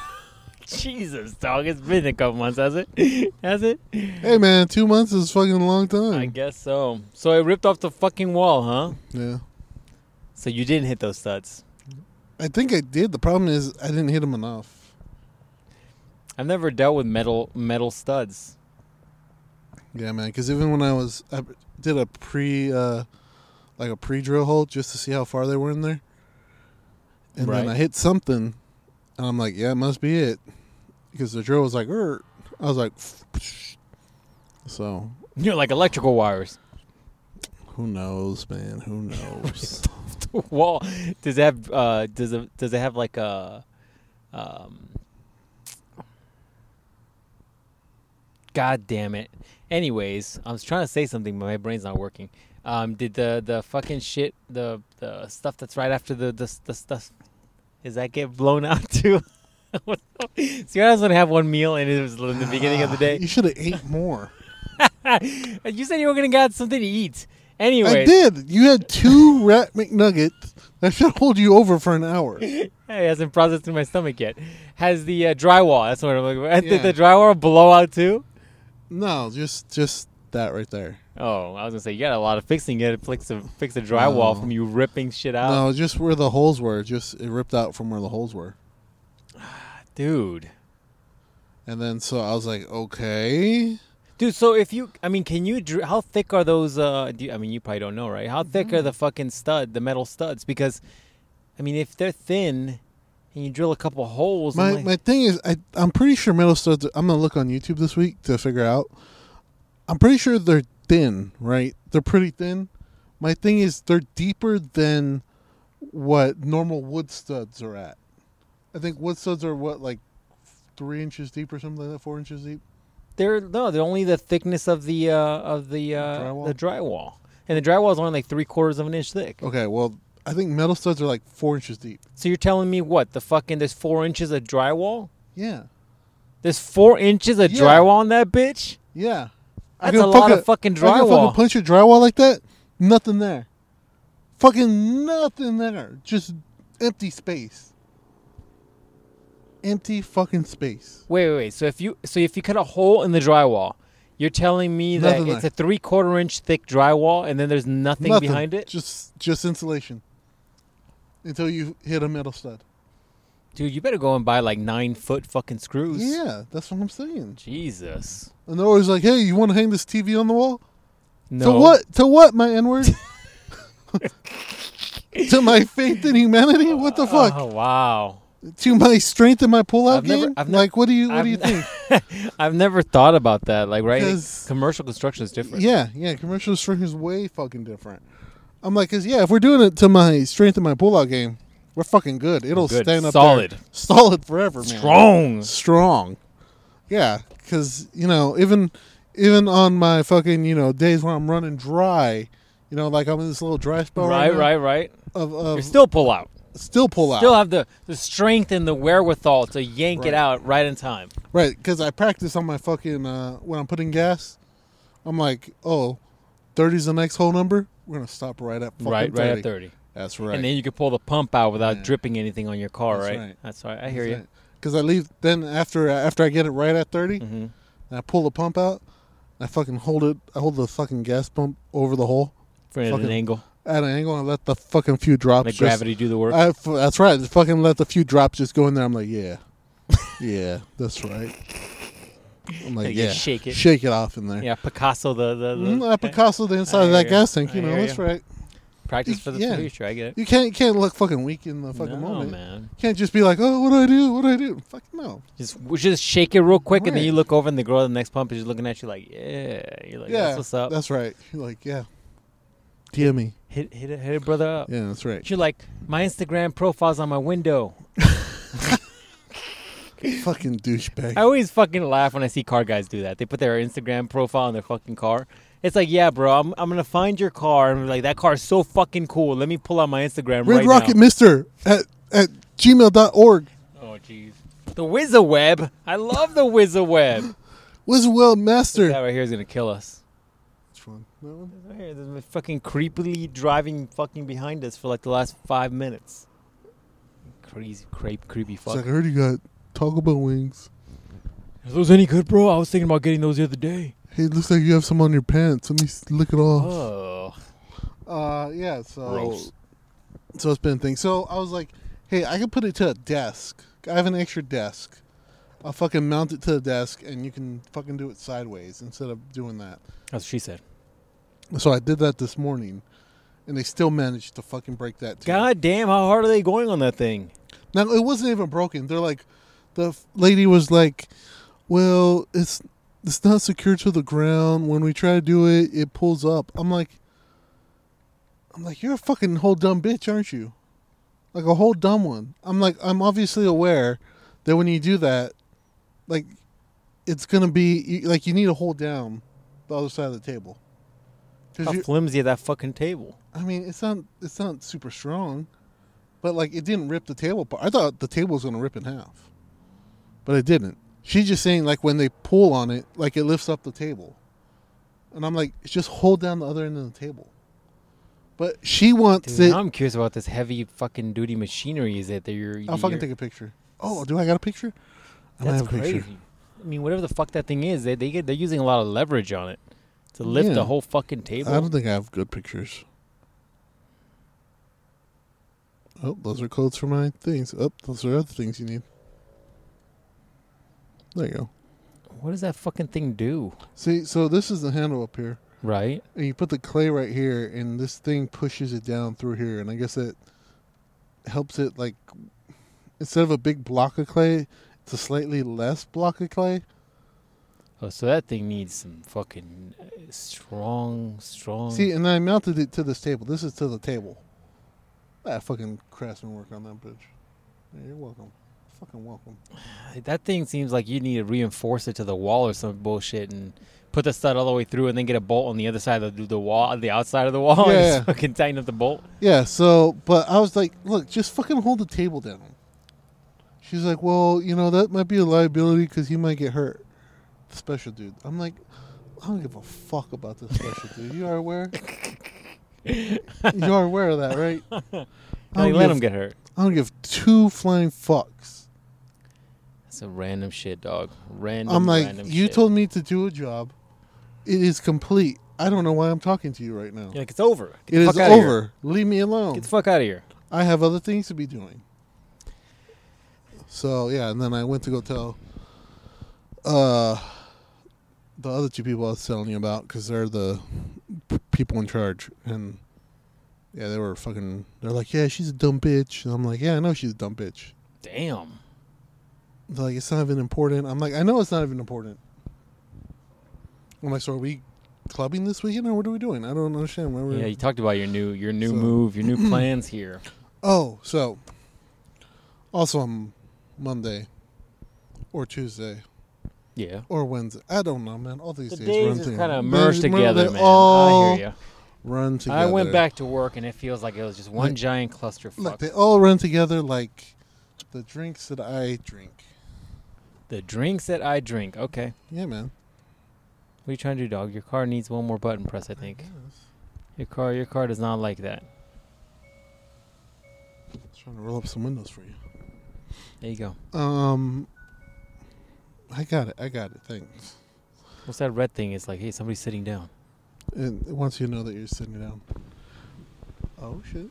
Speaker 2: Jesus, dog. It's been a couple months, has it? has it?
Speaker 1: Hey, man, two months is fucking a long time.
Speaker 2: I guess so. So it ripped off the fucking wall, huh?
Speaker 1: yeah.
Speaker 2: So you didn't hit those studs.
Speaker 1: I think I did. The problem is I didn't hit him enough.
Speaker 2: I've never dealt with metal metal studs.
Speaker 1: Yeah, man. Because even when I was, I did a pre, uh, like a pre drill hole just to see how far they were in there, and
Speaker 2: Right.
Speaker 1: then I hit something, and I'm like, yeah, it must be it, because the drill was like, er. I was like, so
Speaker 2: You're like electrical wires.
Speaker 1: who knows, man? Who knows?
Speaker 2: wall. Does it have uh does it does it have like a um God damn it. Anyways, I was trying to say something but my brain's not working. Um did the the fucking shit the the stuff that's right after the the the stuff does that get blown out too? See, I was gonna have one meal, and it was in the beginning of the
Speaker 1: Ah, you
Speaker 2: day.
Speaker 1: should have ate more.
Speaker 2: you said you were gonna get something to eat. Anyways,
Speaker 1: I did. You had two rat McNuggets that should hold you over for an hour.
Speaker 2: It hasn't processed through my stomach yet. Has the uh, drywall? That's what I'm looking for.
Speaker 1: Yeah.
Speaker 2: Did the drywall blow out too?
Speaker 1: No, just just that right there.
Speaker 2: Oh, I was gonna say you got a lot of fixing it. Fix the fix the drywall
Speaker 1: No.
Speaker 2: from you ripping shit out,
Speaker 1: No, just where the holes were. Just it ripped out from where the holes were.
Speaker 2: dude.
Speaker 1: And then so I was like, okay.
Speaker 2: Dude, so if you, I mean, can you? dr- How thick are those? Uh, do you, I mean, you probably don't know, right? How thick are the fucking stud, the metal studs? Because, I mean, if they're thin, and you drill a couple holes, I'm
Speaker 1: My
Speaker 2: like-
Speaker 1: my thing is, I I'm pretty sure metal studs. I'm gonna look on YouTube this week to figure out. I'm pretty sure they're thin, right? They're pretty thin. My thing is, they're deeper than what normal wood studs are at. I think wood studs are what like three inches deep or something like that, four inches deep.
Speaker 2: They're no, they're only the thickness of the uh, of the uh,
Speaker 1: Drywall?
Speaker 2: the drywall, and the drywall is only like three quarters of an inch thick.
Speaker 1: Okay, well, I think metal studs are like four inches deep.
Speaker 2: So you're telling me what the fucking there's four inches of drywall?
Speaker 1: Yeah,
Speaker 2: There's four inches of
Speaker 1: Yeah.
Speaker 2: drywall in that bitch.
Speaker 1: yeah. I
Speaker 2: That's a
Speaker 1: could
Speaker 2: lot
Speaker 1: fucking-
Speaker 2: of fucking
Speaker 1: I can
Speaker 2: drywall.
Speaker 1: fucking punch your drywall like that. Nothing there. Fucking nothing there. Just empty space. Empty fucking space.
Speaker 2: wait, wait, wait. So if you so if you cut a hole in the drywall, you're telling me that
Speaker 1: Nothing
Speaker 2: it's
Speaker 1: there.
Speaker 2: a three quarter inch thick drywall, and then there's nothing,
Speaker 1: nothing
Speaker 2: behind it,
Speaker 1: Just just insulation. Until you hit a metal stud.
Speaker 2: dude. You better go and buy like nine foot fucking screws.
Speaker 1: Yeah, that's what I'm saying.
Speaker 2: Jesus.
Speaker 1: And they're always like, "Hey, you want to hang this TV on the wall?
Speaker 2: No.
Speaker 1: To what? To what? My N word? to my faith in humanity? What the fuck?
Speaker 2: Oh wow.
Speaker 1: to my strength in my pullout
Speaker 2: I've
Speaker 1: game?
Speaker 2: never- I've nev-
Speaker 1: like, what do you what do you
Speaker 2: I've-
Speaker 1: think?
Speaker 2: I've never thought about that. Like, right?
Speaker 1: 'Cause-
Speaker 2: Commercial construction is different.
Speaker 1: Yeah, yeah. Commercial strength is way fucking different. I'm like, cause yeah, if we're doing it to my strength in my pullout game, we're fucking good. It'll
Speaker 2: Good.
Speaker 1: stand up,
Speaker 2: Solid.
Speaker 1: there. solid forever, man.
Speaker 2: Strong.
Speaker 1: strong. Yeah, cause you know, even even on my fucking you know days where I'm running dry, you know, like I'm in this little dry spell right,
Speaker 2: Right,
Speaker 1: now
Speaker 2: right, right.
Speaker 1: of,
Speaker 2: You
Speaker 1: of
Speaker 2: still pull out.
Speaker 1: still pull out,
Speaker 2: Still have the, the strength and the wherewithal to yank
Speaker 1: Right.
Speaker 2: it out right in time.
Speaker 1: Right, because I practice on my fucking uh, when I'm putting gas. I'm like, oh, 30's the next hole number. We're gonna stop right at fucking
Speaker 2: right,
Speaker 1: 30.
Speaker 2: right at 30.
Speaker 1: That's right.
Speaker 2: And then you can pull the pump out without
Speaker 1: Yeah.
Speaker 2: dripping anything on your car,
Speaker 1: That's
Speaker 2: right?
Speaker 1: right.
Speaker 2: That's right. I hear you.
Speaker 1: Because I leave then after after I get it right at 30,
Speaker 2: Mhm.
Speaker 1: and I pull the pump out, I fucking hold it. I hold the fucking gas pump over the hole
Speaker 2: From an
Speaker 1: Fucking-
Speaker 2: angle.
Speaker 1: at an angle and let the fucking few drops.
Speaker 2: Let
Speaker 1: just-
Speaker 2: gravity do the work.
Speaker 1: I f that's right. Just fucking let the few drops just go in there. I'm like, yeah, yeah, that's right. I'm like,
Speaker 2: Like,
Speaker 1: yeah,
Speaker 2: just shake it.
Speaker 1: shake it off in there.
Speaker 2: yeah, Picasso, the. the, the
Speaker 1: Mm, I Picasso the inside
Speaker 2: Mm-hmm. I
Speaker 1: of that
Speaker 2: hear ya.
Speaker 1: gas tank.
Speaker 2: I
Speaker 1: You know,
Speaker 2: hear
Speaker 1: that's
Speaker 2: ya.
Speaker 1: right.
Speaker 2: Practice for the
Speaker 1: yeah.
Speaker 2: future. I get it.
Speaker 1: You can't you can't look fucking weak in the fucking
Speaker 2: no,
Speaker 1: moment.
Speaker 2: man.
Speaker 1: You can't just be like, oh, what do I do? What do I do? Fuck no.
Speaker 2: Just, we just shake it real quick, and then
Speaker 1: Right.
Speaker 2: you look over, and the girl at the next pump is just looking at you like, yeah. You're like,
Speaker 1: yeah,
Speaker 2: that's what's up.
Speaker 1: That's right. You're like, yeah. DM me.
Speaker 2: hit, hit, it, hit it, brother up.
Speaker 1: Yeah, that's right.
Speaker 2: You're like, my Instagram profile's on my window.
Speaker 1: fucking douchebag.
Speaker 2: I always fucking laugh when I see car guys do that. They put their Instagram profile on their fucking car. It's like, yeah, bro, I'm, I'm gonna find your car and be like, that car is so fucking cool. Let me pull out my Instagram
Speaker 1: Red
Speaker 2: right
Speaker 1: Rocket
Speaker 2: now.
Speaker 1: Mister at at gmail.org.
Speaker 2: oh jeez, the WizAweb. I love the WizAweb.
Speaker 1: Was well
Speaker 2: this
Speaker 1: master.
Speaker 2: guy right here is gonna kill us.
Speaker 1: Which one? That one?
Speaker 2: This right here, this fucking creepily driving fucking behind us for like the last five minutes. Crazy, creep, creepy
Speaker 1: It's like,
Speaker 2: fuck.
Speaker 1: I heard you got Taco Bell wings.
Speaker 2: Are those any good, bro? I was thinking about getting those the other day.
Speaker 1: Hey, it looks like you have some on your pants. Let me s- lick it off.
Speaker 2: Oh,
Speaker 1: Uh, yeah. So,
Speaker 2: Gross.
Speaker 1: so it's been a thing. So I was like, hey, I could put it to a desk. I have an extra desk. I'll fucking mount it to the desk, and you can fucking do it sideways instead of doing that.
Speaker 2: that's what she said.
Speaker 1: So I did that this morning, and they still managed to fucking break that. Too.
Speaker 2: God damn, how hard are they going on that thing?
Speaker 1: Now it wasn't even broken. They're like, the f- lady was like, "Well, it's it's not secure to the ground. When we try to do it, it pulls up." I'm like, I'm like, you're a fucking whole dumb bitch, aren't you? Like a whole dumb one. I'm like, I'm obviously aware that when you do that, like, it's gonna be you, like you need to hold down the other side of the table. 'Cause
Speaker 2: How
Speaker 1: you-
Speaker 2: flimsy that fucking table.
Speaker 1: I mean, it's not it's not super strong, but like it didn't rip the table apart. I thought the table was gonna rip in half, but it didn't. She's just saying like when they pull on it, like it lifts up the table, and I'm like, just hold down the other end of the table. But she wants
Speaker 2: Dude,
Speaker 1: it.
Speaker 2: now I'm curious about this heavy fucking duty machinery. Is it that you're?
Speaker 1: I'll fucking take a picture. Oh, do I got a picture? I might
Speaker 2: That's
Speaker 1: have a picture.
Speaker 2: crazy. I mean, whatever the fuck that thing is, they they get they're using a lot of leverage on it to lift
Speaker 1: Yeah.
Speaker 2: the whole fucking
Speaker 1: I don't
Speaker 2: table.
Speaker 1: think I have good pictures. Oh, those are codes for my things. Oh, those are other things you need. There you go.
Speaker 2: What does that fucking thing do?
Speaker 1: See, so this is the handle up here,
Speaker 2: Right?
Speaker 1: and you put the clay right here, and this thing pushes it down through here, and I guess it helps it like instead of a big block of clay, it's a slightly less block of clay.
Speaker 2: Oh, so that thing needs some fucking uh, strong, strong.
Speaker 1: See, and I mounted it to this table. This is to the table. Ah, fucking craftsman work on that bitch. Yeah, you're welcome. Fucking welcome.
Speaker 2: that thing seems like you need to reinforce it to the wall or some bullshit and put the stud all the way through and then get a bolt on the other side of the, the wall, the outside of the wall, and
Speaker 1: Yeah,
Speaker 2: just
Speaker 1: yeah.
Speaker 2: fucking tighten up the bolt.
Speaker 1: Yeah, so, but I was like, look, just fucking hold the table down. She's like, well, you know, that might be a liability because he might get hurt. The special dude. I'm like, I don't give a fuck about this special dude. You are aware? you are aware of that, right? I
Speaker 2: No,
Speaker 1: don't
Speaker 2: you let
Speaker 1: give-
Speaker 2: him get hurt.
Speaker 1: I don't give two flying fucks.
Speaker 2: That's a random shit, dog. Random.
Speaker 1: I'm like,
Speaker 2: random
Speaker 1: you
Speaker 2: shit.
Speaker 1: told me to do a job. It is complete. I don't know why I'm talking to you right now.
Speaker 2: You're like it's over. Get the
Speaker 1: it
Speaker 2: fuck
Speaker 1: is
Speaker 2: outta here.
Speaker 1: over. Leave me alone.
Speaker 2: Get the fuck out of here.
Speaker 1: I have other things to be doing. So yeah, and then I went to go tell uh, the other two people I was telling you about because they're the p- people in charge, and yeah, they were fucking. They're like, yeah, she's a dumb bitch, and I'm like, yeah, I know she's a dumb bitch.
Speaker 2: Damn.
Speaker 1: They're like, it's not even important. I'm like, I know it's not even important. I'm like, so are we clubbing this weekend or what are we doing? I don't understand. Why we're
Speaker 2: Yeah, you talked about your new your new
Speaker 1: So-
Speaker 2: move, your new plans here.
Speaker 1: Oh, so also on Monday or Tuesday
Speaker 2: Yeah.
Speaker 1: or Wednesday. I don't know, man. All these
Speaker 2: The
Speaker 1: days,
Speaker 2: days
Speaker 1: run
Speaker 2: just
Speaker 1: together.
Speaker 2: kind of
Speaker 1: They-
Speaker 2: merged
Speaker 1: they-
Speaker 2: together,
Speaker 1: they
Speaker 2: man.
Speaker 1: All
Speaker 2: I hear
Speaker 1: run
Speaker 2: you.
Speaker 1: together.
Speaker 2: I went back to work and it feels like it was just one
Speaker 1: Like-
Speaker 2: giant clusterfuck.
Speaker 1: Like they all run together, like the drinks that I drink.
Speaker 2: the drinks that I drink. Okay.
Speaker 1: Yeah, man.
Speaker 2: What are you trying to do, dog? Your car needs one more button press, I think. Your car your car does not like that.
Speaker 1: trying to roll up some windows for you.
Speaker 2: There you go.
Speaker 1: Um, I got it. I got it. Thanks.
Speaker 2: What's that red thing? It's like, hey, somebody's sitting down.
Speaker 1: And it wants you to know that you're sitting down. Oh shit.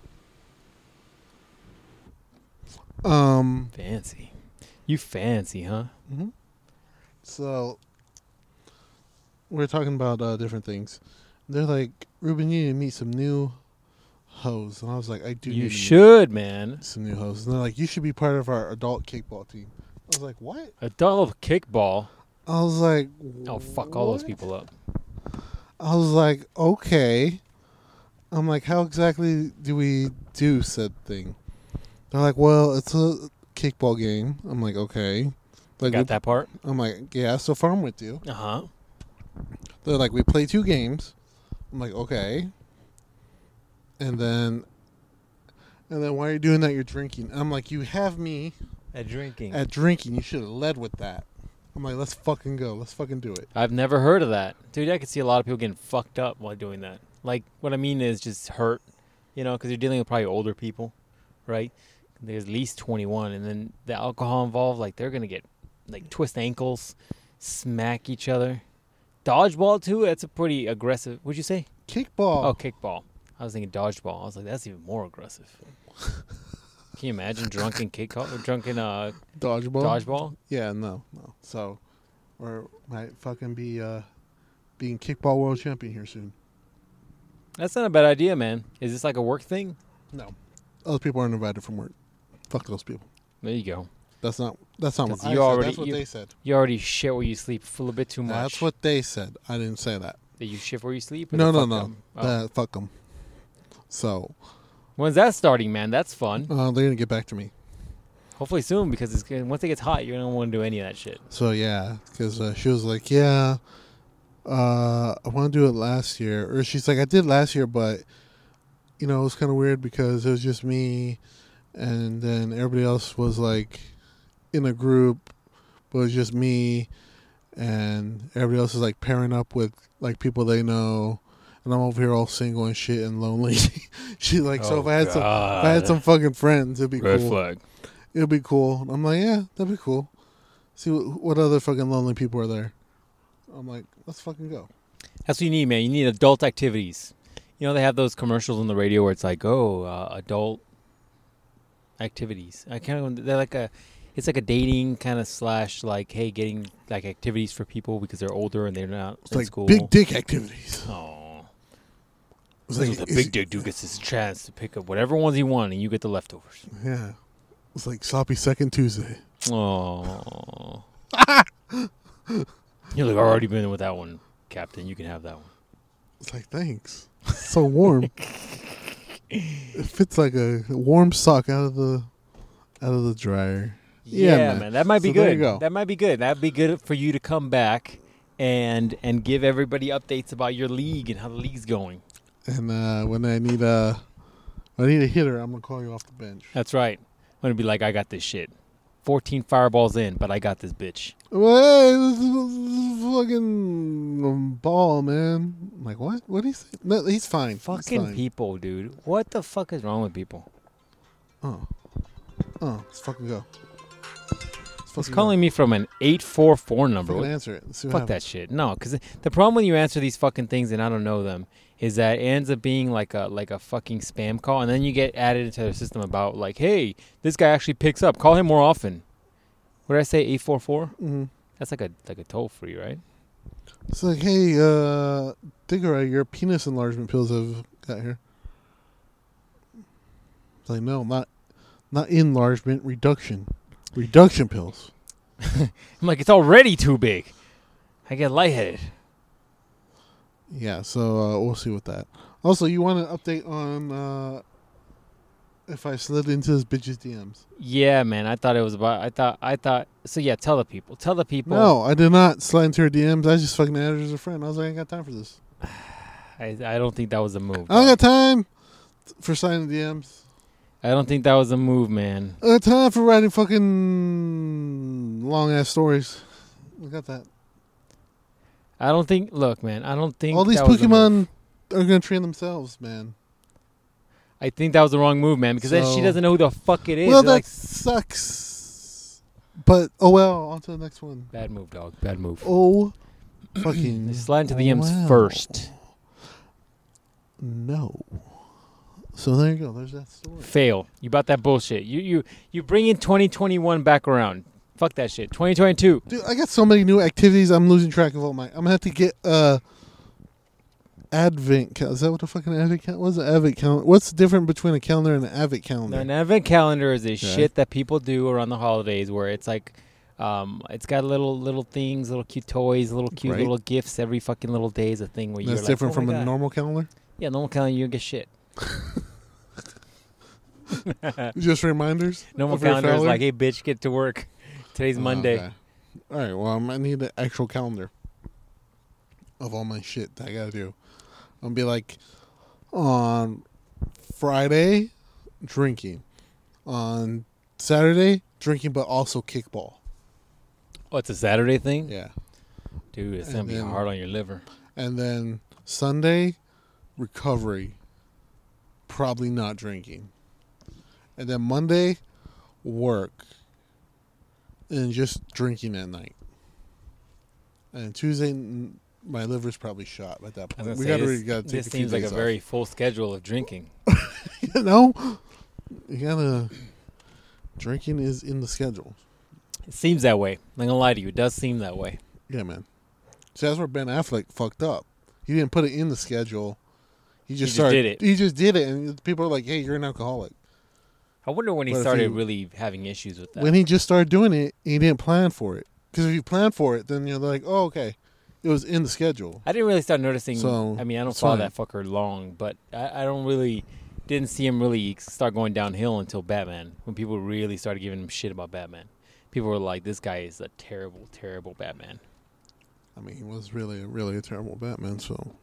Speaker 1: Um.
Speaker 2: Fancy. You fancy, huh?
Speaker 1: hmm So we're talking about uh, different things. They're like, Ruben, you need to meet some new hoes, and I was like, I do. need
Speaker 2: you
Speaker 1: to meet
Speaker 2: should, man.
Speaker 1: some new hoes, and they're like, you should be part of our adult kickball team. I was like, what?
Speaker 2: Adult kickball.
Speaker 1: I was like,
Speaker 2: Oh, fuck all those
Speaker 1: "What?"
Speaker 2: people up.
Speaker 1: I was like, okay. I'm like, how exactly do we do said thing? They're like, well, it's a kickball game. I'm like, okay. Like, we-
Speaker 2: Got that part?
Speaker 1: I'm like, yeah. So far, I'm with you.
Speaker 2: Uh huh.
Speaker 1: They're like, we play two games. I'm like, okay. And then, and then why are you doing that? You're drinking. I'm like, you have me
Speaker 2: At drinking.
Speaker 1: at drinking. You should have led with that. I'm like, let's fucking go. Let's fucking do it.
Speaker 2: I've never heard of that. Dude, I could see a lot of people getting fucked up while doing that. Like, what I mean is just hurt, you know, because you're dealing with probably older people, right? They're at least 21, and then the alcohol involved, like, they're going to get, like, twist ankles, smack each other. Dodgeball, too, that's a pretty aggressive, what'd you say?
Speaker 1: Kickball.
Speaker 2: Oh, kickball. I was thinking dodgeball. I was like, that's even more aggressive. Can you imagine drunken kickball, or drunken uh,
Speaker 1: Dodgeball.
Speaker 2: dodgeball?
Speaker 1: Yeah, no, no. So, or might fucking be uh, being kickball world champion here soon.
Speaker 2: That's not a bad idea, man. Is this like a work thing?
Speaker 1: No, other people aren't invited from work. Fuck those people.
Speaker 2: There you go.
Speaker 1: That's not. That's not what
Speaker 2: 'Cause
Speaker 1: I
Speaker 2: you
Speaker 1: said.
Speaker 2: already-
Speaker 1: that's what
Speaker 2: you-
Speaker 1: they said.
Speaker 2: You already shit where you sleep a little bit too much.
Speaker 1: That's what they said. I didn't say that.
Speaker 2: that you shit where you sleep. or
Speaker 1: No, no,
Speaker 2: the fuck
Speaker 1: no.
Speaker 2: them? Oh.
Speaker 1: That, fuck them. So
Speaker 2: When's that starting, man? That's fun.
Speaker 1: uh, they're gonna get back to me.
Speaker 2: Hopefully soon, because it's gonna- once it gets hot, you don't want to do any of that shit.
Speaker 1: So yeah, because uh, she was like, yeah, uh, I want to do it last year, or she's like, I did last year, but you know, it was kind of weird because it was just me, and then everybody else was like in a group, but it was just me, and everybody else is like pairing up with like people they know, and I'm over here all single and shit and lonely. she like,
Speaker 2: Oh,
Speaker 1: so if I had some, if I had some fucking friends, it'd be cool
Speaker 2: flag.
Speaker 1: it'll be cool. And I'm like, yeah, that'd be cool. See what, what other fucking lonely people are there. I'm like, let's fucking go.
Speaker 2: That's what you need, man. You need adult activities. You know they have those commercials on the radio where it's like, oh, uh, adult activities. I kind of they're like a, it's like a dating kind of slash like, hey, getting like activities for people because they're older and they're not
Speaker 1: It's
Speaker 2: in
Speaker 1: like
Speaker 2: school.
Speaker 1: big dick activities.
Speaker 2: Oh.
Speaker 1: It's
Speaker 2: This
Speaker 1: like
Speaker 2: is what the
Speaker 1: is-
Speaker 2: big dick dude gets his chance to pick up whatever ones he wants, and you get the leftovers.
Speaker 1: Yeah, it's like sloppy second Tuesday.
Speaker 2: Oh, you're like "I've already been with that one, Captain. You can have that one.
Speaker 1: It's like thanks. It's so warm. it fits like a warm sock out of the out of the dryer. Yeah,
Speaker 2: Yeah,
Speaker 1: man.
Speaker 2: man. that might be
Speaker 1: So
Speaker 2: good.
Speaker 1: there you go.
Speaker 2: That might be good. That'd be good for you to come back and and give everybody updates about your league and how the league's going.
Speaker 1: And uh, when I need a I need a hitter, I'm gonna call you off the bench.
Speaker 2: That's right. I'm gonna be like, I got this shit. 14 fireballs in, but I got this bitch.
Speaker 1: Well, this is a fucking ball, man. I'm like, what? What did he say? No, he's fine. He's
Speaker 2: Fucking
Speaker 1: fine.
Speaker 2: people, dude. What the fuck is wrong with people?
Speaker 1: Oh. Oh, let's fucking go. Let's
Speaker 2: It's
Speaker 1: fucking
Speaker 2: calling me from an 844 number.
Speaker 1: go.
Speaker 2: What
Speaker 1: Fucking answer it. Let's see what
Speaker 2: Fuck
Speaker 1: happens.
Speaker 2: that shit. No, because the problem when you answer these fucking things and I don't know them is that it ends up being like a like a fucking spam call, and then you get added into their system about like, hey, this guy actually picks up. Call him more often. What did I say? Eight four four.
Speaker 1: Mhm.
Speaker 2: That's like a like a toll free, right?
Speaker 1: It's like, hey, uh, Digger, your penis enlargement pills have got here. It's like, no, not, not enlargement, reduction, reduction pills.
Speaker 2: I'm like, it's already too big. I get lightheaded.
Speaker 1: Yeah, so uh, we'll see with that. Also, you want an update on uh, if I slid into this bitch's DMs?
Speaker 2: Yeah, man. I thought it was about. I thought. I thought. So yeah, tell the people. Tell the people.
Speaker 1: No, I did not slide into her DMs. I just fucking added her as a friend. I was like, I ain't got time for this.
Speaker 2: I, I don't think that was a move.
Speaker 1: I don't got
Speaker 2: dog.
Speaker 1: time for signing DMs.
Speaker 2: I don't think that was a move, man.
Speaker 1: I got time for writing fucking long ass stories. I got that.
Speaker 2: I don't think. Look, man. I don't think
Speaker 1: All these
Speaker 2: that was a move.
Speaker 1: Pokemon are gonna train themselves, man.
Speaker 2: I think that was the wrong move, man, because then
Speaker 1: So-
Speaker 2: she doesn't know who the fuck it is.
Speaker 1: well,
Speaker 2: They're
Speaker 1: that
Speaker 2: like,
Speaker 1: sucks. But oh well. On to the next one.
Speaker 2: bad move, dog. Bad move.
Speaker 1: Oh fucking
Speaker 2: They slide into the M's
Speaker 1: Oh, wow.
Speaker 2: first.
Speaker 1: No. So there you go. There's that story.
Speaker 2: Fail. You bought that bullshit. You you you bring in 2021 back around. Fuck that shit. 2022.
Speaker 1: Dude, I got so many new activities. I'm losing track of all my. I'm gonna have to get uh, advent. Cal- is that what the fucking advent calendar? What's an advent calendar? What's different between a calendar and an advent calendar?
Speaker 2: Now, an advent calendar is this shit that people do around the holidays, where it's like, um, it's got little little things, little cute toys, little cute
Speaker 1: Right.
Speaker 2: little gifts. Every fucking little day is a thing where you're
Speaker 1: That's
Speaker 2: like,
Speaker 1: different
Speaker 2: "Oh my
Speaker 1: from a Oh,
Speaker 2: God."
Speaker 1: normal calendar.
Speaker 2: Yeah, normal calendar you don't get shit.
Speaker 1: Just reminders.
Speaker 2: Normal
Speaker 1: of your
Speaker 2: calendar is
Speaker 1: calendar?
Speaker 2: like, hey bitch, get to work. Today's Monday.
Speaker 1: Oh, okay. All right. Well, I might need an actual calendar of all my shit that I gotta do. I'll be like on Friday drinking, on Saturday drinking, but also kickball.
Speaker 2: Oh, it's a Saturday thing,
Speaker 1: Yeah,
Speaker 2: dude. It's
Speaker 1: And
Speaker 2: gonna be
Speaker 1: then-
Speaker 2: hard on your liver.
Speaker 1: and then Sunday recovery, probably not drinking, and then Monday work, and just drinking at night. And Tuesday, n- my liver's probably shot at that
Speaker 2: I was
Speaker 1: point.
Speaker 2: gonna
Speaker 1: We got
Speaker 2: say, this,
Speaker 1: to got to take
Speaker 2: this
Speaker 1: a few
Speaker 2: seems like a
Speaker 1: days off.
Speaker 2: very full schedule of drinking.
Speaker 1: you know, you gotta drinking is in the schedule.
Speaker 2: It seems that way. I'm not gonna lie to you. It does seem that way.
Speaker 1: Yeah, man. So that's where Ben Affleck fucked up. He didn't put it in the schedule. He just,
Speaker 2: just
Speaker 1: started.
Speaker 2: did it.
Speaker 1: He just did it, and people are like, "Hey, you're an alcoholic."
Speaker 2: I wonder when he
Speaker 1: But if
Speaker 2: started
Speaker 1: you-
Speaker 2: really having issues with that.
Speaker 1: When he just started doing it, he didn't plan for it. Because if you plan for it, then you're like, "Oh, okay, it was in the schedule."
Speaker 2: I didn't really start noticing.
Speaker 1: So,
Speaker 2: I mean, I don't
Speaker 1: it's
Speaker 2: follow
Speaker 1: fine.
Speaker 2: that fucker long, but I, I don't really didn't see him really start going downhill until Batman, when people really started giving him shit about Batman. People were like, "This guy is a terrible, terrible Batman."
Speaker 1: I mean, he was really, really a terrible Batman. So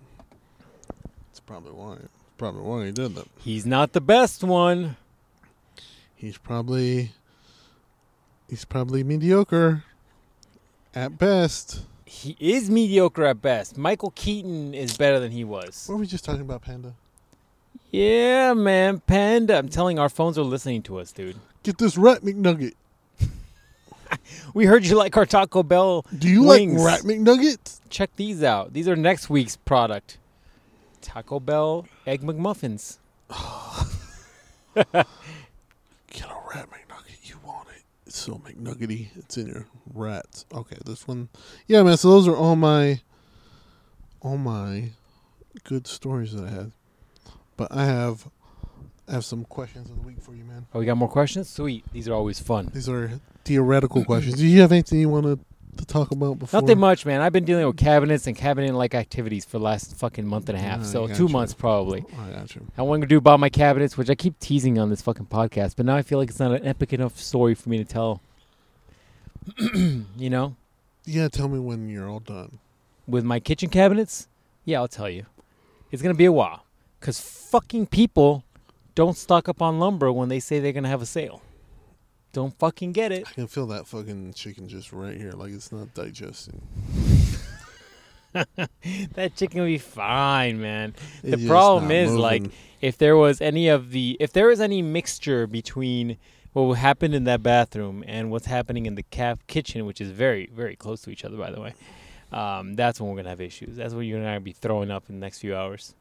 Speaker 1: it's probably why. Probably why he did that.
Speaker 2: He's not the best one.
Speaker 1: He's probably. He's probably mediocre. At best.
Speaker 2: He is mediocre at best. Michael Keaton is better than he was.
Speaker 1: What were we just talking about, Panda?
Speaker 2: Yeah, man, Panda. I'm telling, our phones are listening to us, dude.
Speaker 1: Get this rat McNugget.
Speaker 2: We heard you like our Taco Bell.
Speaker 1: Do you
Speaker 2: Wings.
Speaker 1: like rat McNuggets?
Speaker 2: Check these out. These are next week's product. Taco Bell egg McMuffins.
Speaker 1: Get a rat McNugget. You want it. It's so McNuggety. It's in your rats. Okay, this one. Yeah, man. So those are all my, all my, good stories that I had. But I have, I have some questions of the week for you, man.
Speaker 2: Oh, we got more questions? Sweet. These are always fun.
Speaker 1: These are theoretical questions. Do you have anything you wanted to talk about before?
Speaker 2: Not that much, man. I've been dealing with cabinets and cabinet like activities for the last fucking month and a half.
Speaker 1: Ah,
Speaker 2: so,
Speaker 1: gotcha.
Speaker 2: two months probably.
Speaker 1: Oh, I got you.
Speaker 2: I wanted to do about my cabinets, which I keep teasing on this fucking podcast, but now I feel like it's not an epic enough story for me to tell. you know?
Speaker 1: Yeah, tell me when you're all done.
Speaker 2: with my kitchen cabinets, yeah, I'll tell you. It's going to be a while because fucking people don't stock up on lumber when they say they're going to have a sale. Don't fucking get it.
Speaker 1: I can feel that fucking chicken just right here, like it's not digesting.
Speaker 2: That chicken will be fine, man.
Speaker 1: It's
Speaker 2: The
Speaker 1: just
Speaker 2: problem
Speaker 1: not
Speaker 2: is,
Speaker 1: moving.
Speaker 2: like, if there was any of the, if there was any mixture between what happened in that bathroom and what's happening in the cap kitchen, which is very, very close to each other, by the way, um, that's when we're gonna have issues. That's when you and I will be throwing up in the next few hours.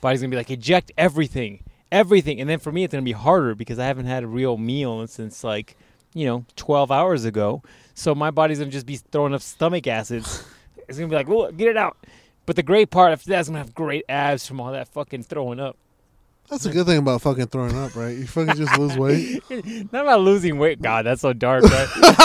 Speaker 2: Body's gonna be like, eject everything, everything, and then for me, it's gonna be harder because I haven't had a real meal since like, you know, 12 hours ago. So my body's gonna just be throwing up stomach acids. it's gonna be like, "Whoa, get it out. But the great part after that is I'm gonna have great abs from all that fucking throwing up.
Speaker 1: That's a good thing about fucking throwing up, right? You fucking just lose weight.
Speaker 2: Not about losing weight. God, that's so dark.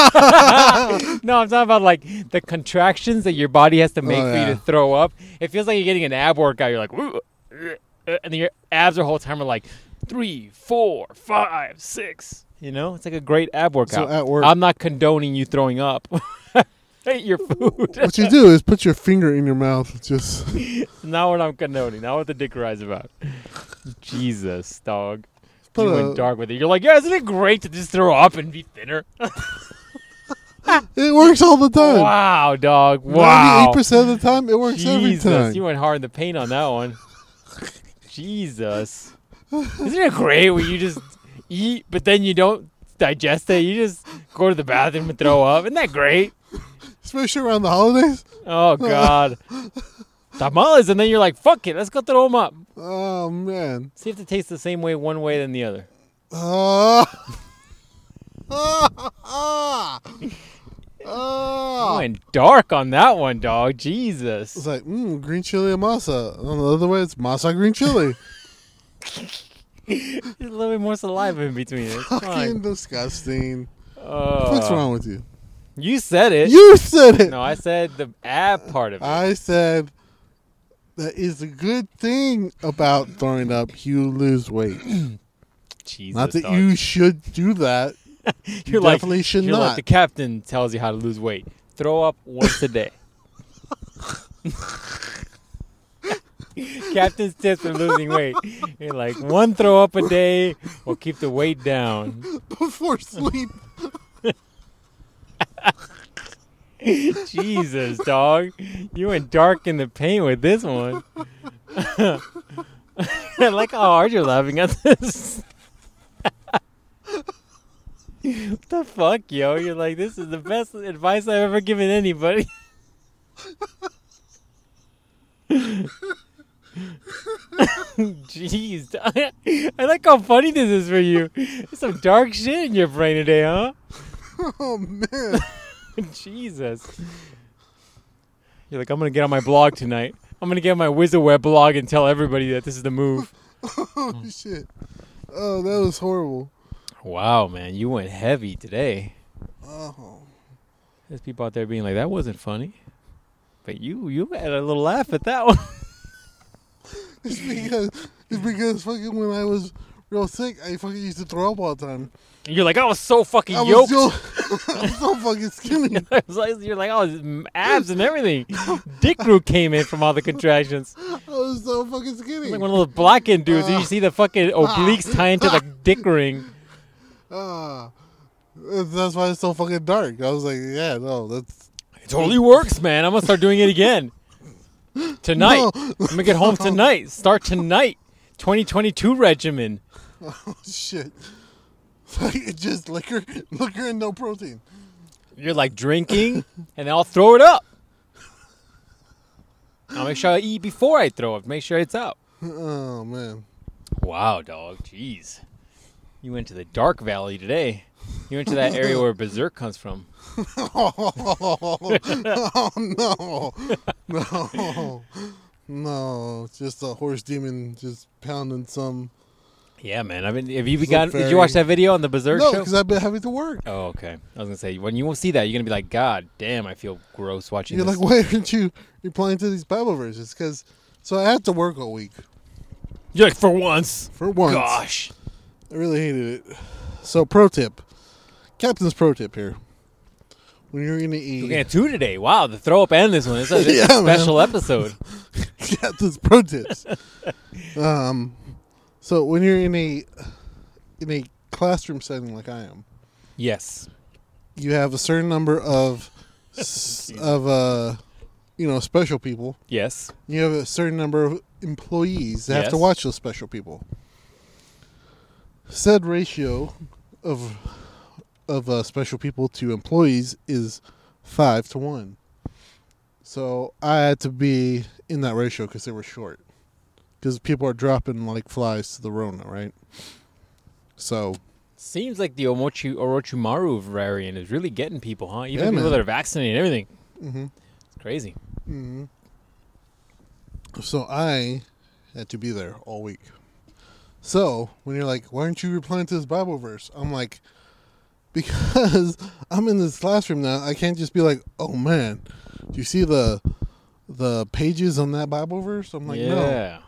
Speaker 2: Right? no, I'm talking about like the contractions that your body has to make
Speaker 1: Oh,
Speaker 2: for you
Speaker 1: yeah.
Speaker 2: to throw up. It feels like you're getting an ab workout. You're like, "Ooh, uh, uh," and then your abs the whole time are like three, four, five, six. You know, it's like a great ab workout.
Speaker 1: at work-
Speaker 2: I'm not condoning you throwing up. Eat your food.
Speaker 1: What you do is put your finger in your mouth. Just
Speaker 2: not what I'm condoning. Not what the dick ride's about. Jesus, dog.
Speaker 1: put
Speaker 2: you
Speaker 1: a,
Speaker 2: went dark with it. You're like, yeah, isn't it great to just throw up and be thinner?
Speaker 1: it works all the time.
Speaker 2: Wow, dog. Wow.
Speaker 1: Ninety-eight percent of the time, it works every
Speaker 2: Jesus,
Speaker 1: time.
Speaker 2: you went hard in the paint on that one. Jesus. Isn't it great when you just eat, but then you don't digest it? You just go to the bathroom and throw up. Isn't that great?
Speaker 1: Especially around the holidays,
Speaker 2: Oh God. Tamales, and then you're like, fuck it, let's go throw them up.
Speaker 1: Oh man.
Speaker 2: See if they taste the same way one way than the other.
Speaker 1: Ah. Ah. Ah.
Speaker 2: You
Speaker 1: Ah.
Speaker 2: Went dark on that one, dog. Jesus.
Speaker 1: It's like mm, green chili and masa. On the other way, it's masa green chili.
Speaker 2: There's a little bit more saliva in between it. It's
Speaker 1: Fucking
Speaker 2: fine.
Speaker 1: disgusting.
Speaker 2: Uh,
Speaker 1: What's wrong with you?
Speaker 2: You said it.
Speaker 1: You said it.
Speaker 2: no, I said the ab part of it.
Speaker 1: I said that is a good thing about throwing up. You lose weight.
Speaker 2: Jesus.
Speaker 1: Not that
Speaker 2: dog.
Speaker 1: you should do that. You
Speaker 2: You're like-
Speaker 1: definitely should
Speaker 2: you're
Speaker 1: not.
Speaker 2: Like the captain tells you how to lose weight. Throw up once a day. Captain's tips for losing weight. You're like one throw up a day will keep the weight down.
Speaker 1: Before sleep.
Speaker 2: Jesus, dog. You went dark in the paint with this one. I like how hard you're laughing at this. what the fuck, yo? You're like, this is the best advice I've ever given anybody. Jeez, dog. I like how funny this is for you. There's some dark shit in your brain today, huh?
Speaker 1: Oh man.
Speaker 2: Jesus. You're like, I'm gonna get on my blog tonight. I'm gonna get on my WizardWeb blog and tell everybody that this is the move.
Speaker 1: Oh
Speaker 2: Hmm.
Speaker 1: shit. Oh, that was horrible.
Speaker 2: Wow, man, you went heavy today.
Speaker 1: Oh.
Speaker 2: There's people out there being like, that wasn't funny. But you, you had a little laugh at that one.
Speaker 1: It's because it's because fucking when I was real sick, I fucking used to throw up all the time.
Speaker 2: You're like, I was so fucking
Speaker 1: I was
Speaker 2: yoked.
Speaker 1: so, I was so fucking skinny.
Speaker 2: I was like- You're like, oh, it's abs and everything. Dick root came in from all the contractions.
Speaker 1: I was so fucking skinny.
Speaker 2: Like one of those blackened dudes.
Speaker 1: Uh,
Speaker 2: and you see the fucking obliques tying to the dick ring.
Speaker 1: Ah. That's why it's so fucking dark. I was like, yeah, no, that's
Speaker 2: It totally works, man. I'm gonna start doing it again tonight.
Speaker 1: No.
Speaker 2: I'm gonna get home tonight. Start tonight. 2022 regimen.
Speaker 1: oh, shit. Like it's just liquor, liquor and no protein.
Speaker 2: You're like drinking, and I'll throw it up. I'll make sure I eat before I throw up. Make sure it's out.
Speaker 1: Oh man.
Speaker 2: Wow, dog. Jeez, you went to the dark valley today. You went to that area where Berserk comes from.
Speaker 1: oh no, no, no! It's Just a horse demon just pounding some.
Speaker 2: Yeah, man. I mean, have you
Speaker 1: Berserk
Speaker 2: begun? Did
Speaker 1: fairy.
Speaker 2: you watch that video on the Berserk
Speaker 1: No,
Speaker 2: show?
Speaker 1: because I've been having to work.
Speaker 2: Oh, okay. I was gonna say when you will see that, you're gonna be like, God damn, I feel gross watching.
Speaker 1: You're
Speaker 2: this.
Speaker 1: like, why aren't you replying to these Bible verses? Because so I had to work all week
Speaker 2: You're like, for once.
Speaker 1: for once.
Speaker 2: Gosh.
Speaker 1: I really hated it. So pro tip, Captain's pro tip here: when you're gonna eat,
Speaker 2: We're gonna two today. Wow, the throw up and this one. It's a, it's a
Speaker 1: Yeah, man.
Speaker 2: special episode.
Speaker 1: Captain's pro tips. um, so when you're in a in a classroom setting like I am.
Speaker 2: Yes.
Speaker 1: you have a certain number of s- of uh you know special people
Speaker 2: Yes.
Speaker 1: you have a certain number of employees that have to
Speaker 2: Yes.
Speaker 1: watch those special people said ratio of of uh, special people to employees is five to one so i had to be in that ratio because they were short because people are dropping like flies to the rona right so
Speaker 2: Seems like the Omochi Orochimaru variant is really getting people, huh? Even
Speaker 1: Yeah,
Speaker 2: people
Speaker 1: man.
Speaker 2: that are vaccinated and everything.
Speaker 1: mhm.
Speaker 2: It's crazy.
Speaker 1: hmm So I had to be there all week. So when you're like, why aren't you replying to this Bible verse? I'm like, because I'm in this classroom now. I can't just be like, oh man, do you see the the pages on that Bible verse? I'm like,
Speaker 2: yeah.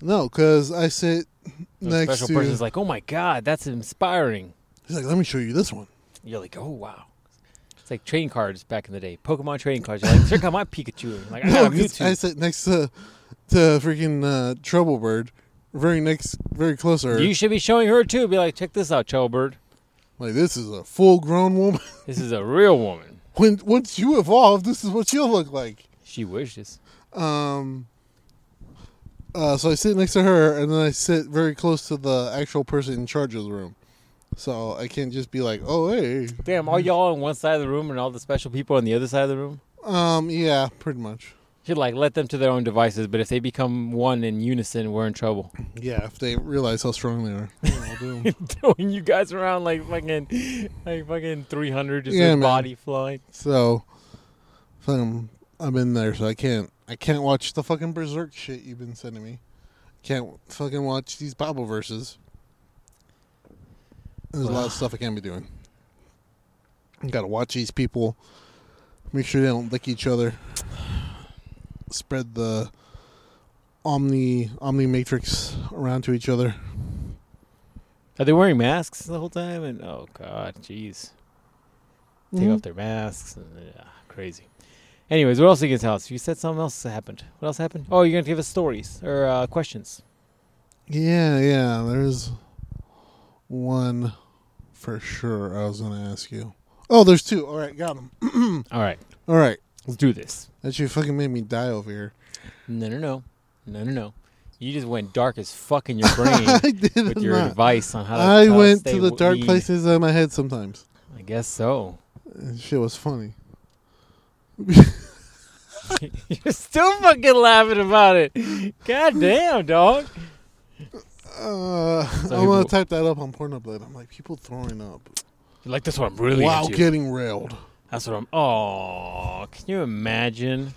Speaker 1: no, no, because I sit
Speaker 2: The
Speaker 1: next
Speaker 2: special
Speaker 1: to.
Speaker 2: person's like, oh my god, that's inspiring.
Speaker 1: he's like, let me show you this one.
Speaker 2: You're like, oh wow. It's like trading cards back in the day. Pokemon trading cards. You're like, check out my Pikachu. And Like, I
Speaker 1: No,
Speaker 2: got a
Speaker 1: 'cause
Speaker 2: Mewtwo.
Speaker 1: I sit next to to freaking uh, Trouble Bird, very next, very close. to her.
Speaker 2: You should be showing her too. Be like, check this out, Chelbird.
Speaker 1: Like this is a full grown woman.
Speaker 2: This is a real woman.
Speaker 1: when once you evolve, this is what you'll look like.
Speaker 2: She wishes.
Speaker 1: Um, uh, so I sit next to her, and then I sit very close to the actual person in charge of the room. So I can't just be like, "Oh, hey,
Speaker 2: Mm. Damn, all y'all on one side of the room and all the special people on the other side of the room.
Speaker 1: Um, yeah, pretty much.
Speaker 2: Should like let them to their own devices, but if they become one in unison, we're in trouble.
Speaker 1: Yeah, if they realize how strong they are, I'll do 'em.
Speaker 2: Throwing you guys around like fucking, like fucking three hundred, just
Speaker 1: Yeah,
Speaker 2: with
Speaker 1: man.
Speaker 2: body flying.
Speaker 1: So, fucking, I'm in there, so I can't. I can't watch the fucking berserk shit you've been sending me. Can't fucking watch these Bible verses. There's a lot of stuff I can't be doing. Got to watch these people. Make sure they don't lick each other. Spread the omni omni matrix around to each other.
Speaker 2: Are they wearing masks the whole time? And oh god, jeez, take off their masks. and, yeah, crazy. Anyways, what else did you tell us? You said something else happened. What else happened? Oh, you're gonna give us stories or uh, questions.
Speaker 1: Yeah, yeah. There's one for sure. I was gonna ask you. Oh, there's two. All right, got them.
Speaker 2: All right,
Speaker 1: All right,
Speaker 2: let's do this.
Speaker 1: that you fucking made me die over here.
Speaker 2: No, no, no, no, no, no. You just went dark as fuck in your brain
Speaker 1: I did
Speaker 2: with your
Speaker 1: not.
Speaker 2: advice on how to.
Speaker 1: I
Speaker 2: how
Speaker 1: went
Speaker 2: stay
Speaker 1: to the
Speaker 2: w-
Speaker 1: dark
Speaker 2: lean.
Speaker 1: places in my head sometimes.
Speaker 2: I guess so.
Speaker 1: And shit was funny.
Speaker 2: You're still fucking laughing about it. God damn, dog.
Speaker 1: Uh,
Speaker 2: So
Speaker 1: I'm gonna
Speaker 2: people-
Speaker 1: type that up on Pornhub later. I'm like, people throwing up
Speaker 2: Like that's what I'm really
Speaker 1: wow,
Speaker 2: into.
Speaker 1: getting railed.
Speaker 2: That's what I'm. Oh, can you imagine?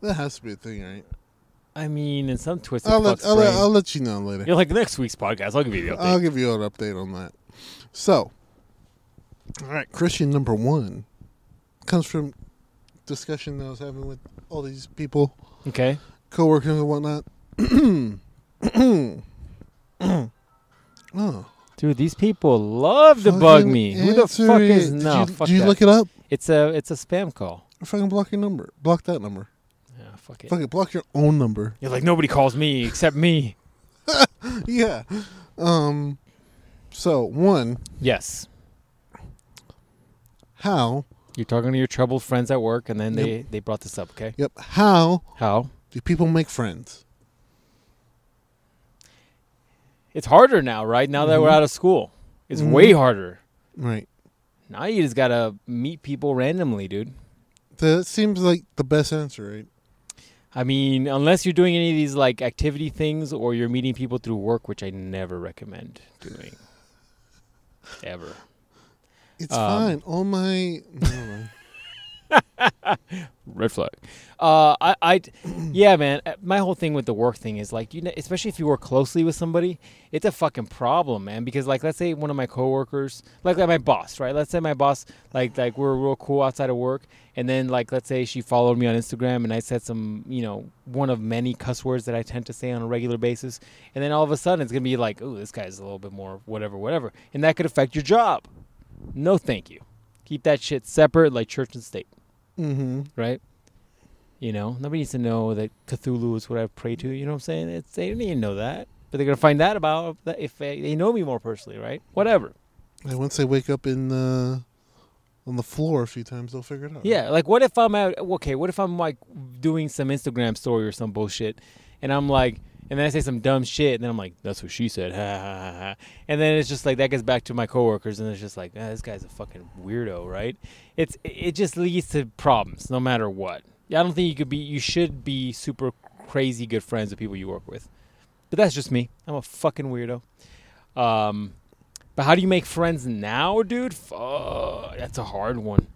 Speaker 1: That has to be a thing, right?
Speaker 2: I mean, in some twisted
Speaker 1: I'll let,
Speaker 2: fuck's
Speaker 1: I'll, let,
Speaker 2: brain.
Speaker 1: I'll let you know later.
Speaker 2: You're like next week's podcast. I'll give you the update.
Speaker 1: I'll give you an update on that. So, all right, Christian number one comes from discussion that I was having with all these people,
Speaker 2: okay.
Speaker 1: coworkers and whatnot. oh,
Speaker 2: Dude, these people love to bug
Speaker 1: fucking
Speaker 2: me. Who the
Speaker 1: answer
Speaker 2: fuck
Speaker 1: it.
Speaker 2: is
Speaker 1: Did
Speaker 2: no?
Speaker 1: you,
Speaker 2: fuck
Speaker 1: did you
Speaker 2: that.
Speaker 1: look it up?
Speaker 2: it's a it's a spam call.
Speaker 1: Or fucking block your number. Block that number.
Speaker 2: Yeah, fuck it.
Speaker 1: Fucking block your own number.
Speaker 2: You're like nobody calls me except me.
Speaker 1: yeah. Um. So one,
Speaker 2: Yes.
Speaker 1: how?
Speaker 2: You're talking to your troubled friends at work, and then
Speaker 1: Yep.
Speaker 2: they, they brought this up, okay?
Speaker 1: Yep. How
Speaker 2: How?
Speaker 1: do people make friends?
Speaker 2: It's harder now, right? Now that we're
Speaker 1: Mhm.
Speaker 2: out of school, it's
Speaker 1: Mhm.
Speaker 2: way harder.
Speaker 1: Right.
Speaker 2: Now you just gotta meet people randomly, dude.
Speaker 1: That seems like the best answer, right?
Speaker 2: I mean, unless you're doing any of these like activity things or you're meeting people through work, which I never recommend doing. Ever.
Speaker 1: It's
Speaker 2: Um,
Speaker 1: fine. All my never mind.
Speaker 2: Red flag. Uh, I, I, yeah, man. uh, My whole thing with the work thing is like, you know, especially if you work closely with somebody, it's a fucking problem, man. Because like, let's say one of my coworkers, like, like my boss, right? Let's say my boss, like, like we're real cool outside of work, and then like, let's say she followed me on Instagram, and I said some, you know, one of many cuss words that I tend to say on a regular basis, and then all of a sudden it's gonna be like, oh, this guy's a little bit more whatever, whatever, and that could affect your job. No, thank you. Keep that shit separate, like church and state
Speaker 1: mm-hmm.
Speaker 2: right? You know, nobody needs to know that Cthulhu is what I pray to. You know what I'm saying? It's, they don't need to know that, but they're gonna find that about that if they, they know me more personally, right? Whatever.
Speaker 1: And once they wake up in uh, on the floor a few times, they'll figure it out.
Speaker 2: Yeah, like what if I'm out? Okay, what if I'm like doing some Instagram story or some bullshit, and I'm like, and then I say some dumb shit, and then I'm like, that's what she said, ha ha ha, ha. and then it's just like that gets back to my coworkers, and it's just like, ah, this guy's a fucking weirdo, right? It's it just leads to problems no matter what. Yeah, I don't think you could be, you should be super crazy good friends with people you work with, but that's just me. I'm a fucking weirdo. Um, but how do you make friends now, dude? Fuck, that's a hard one.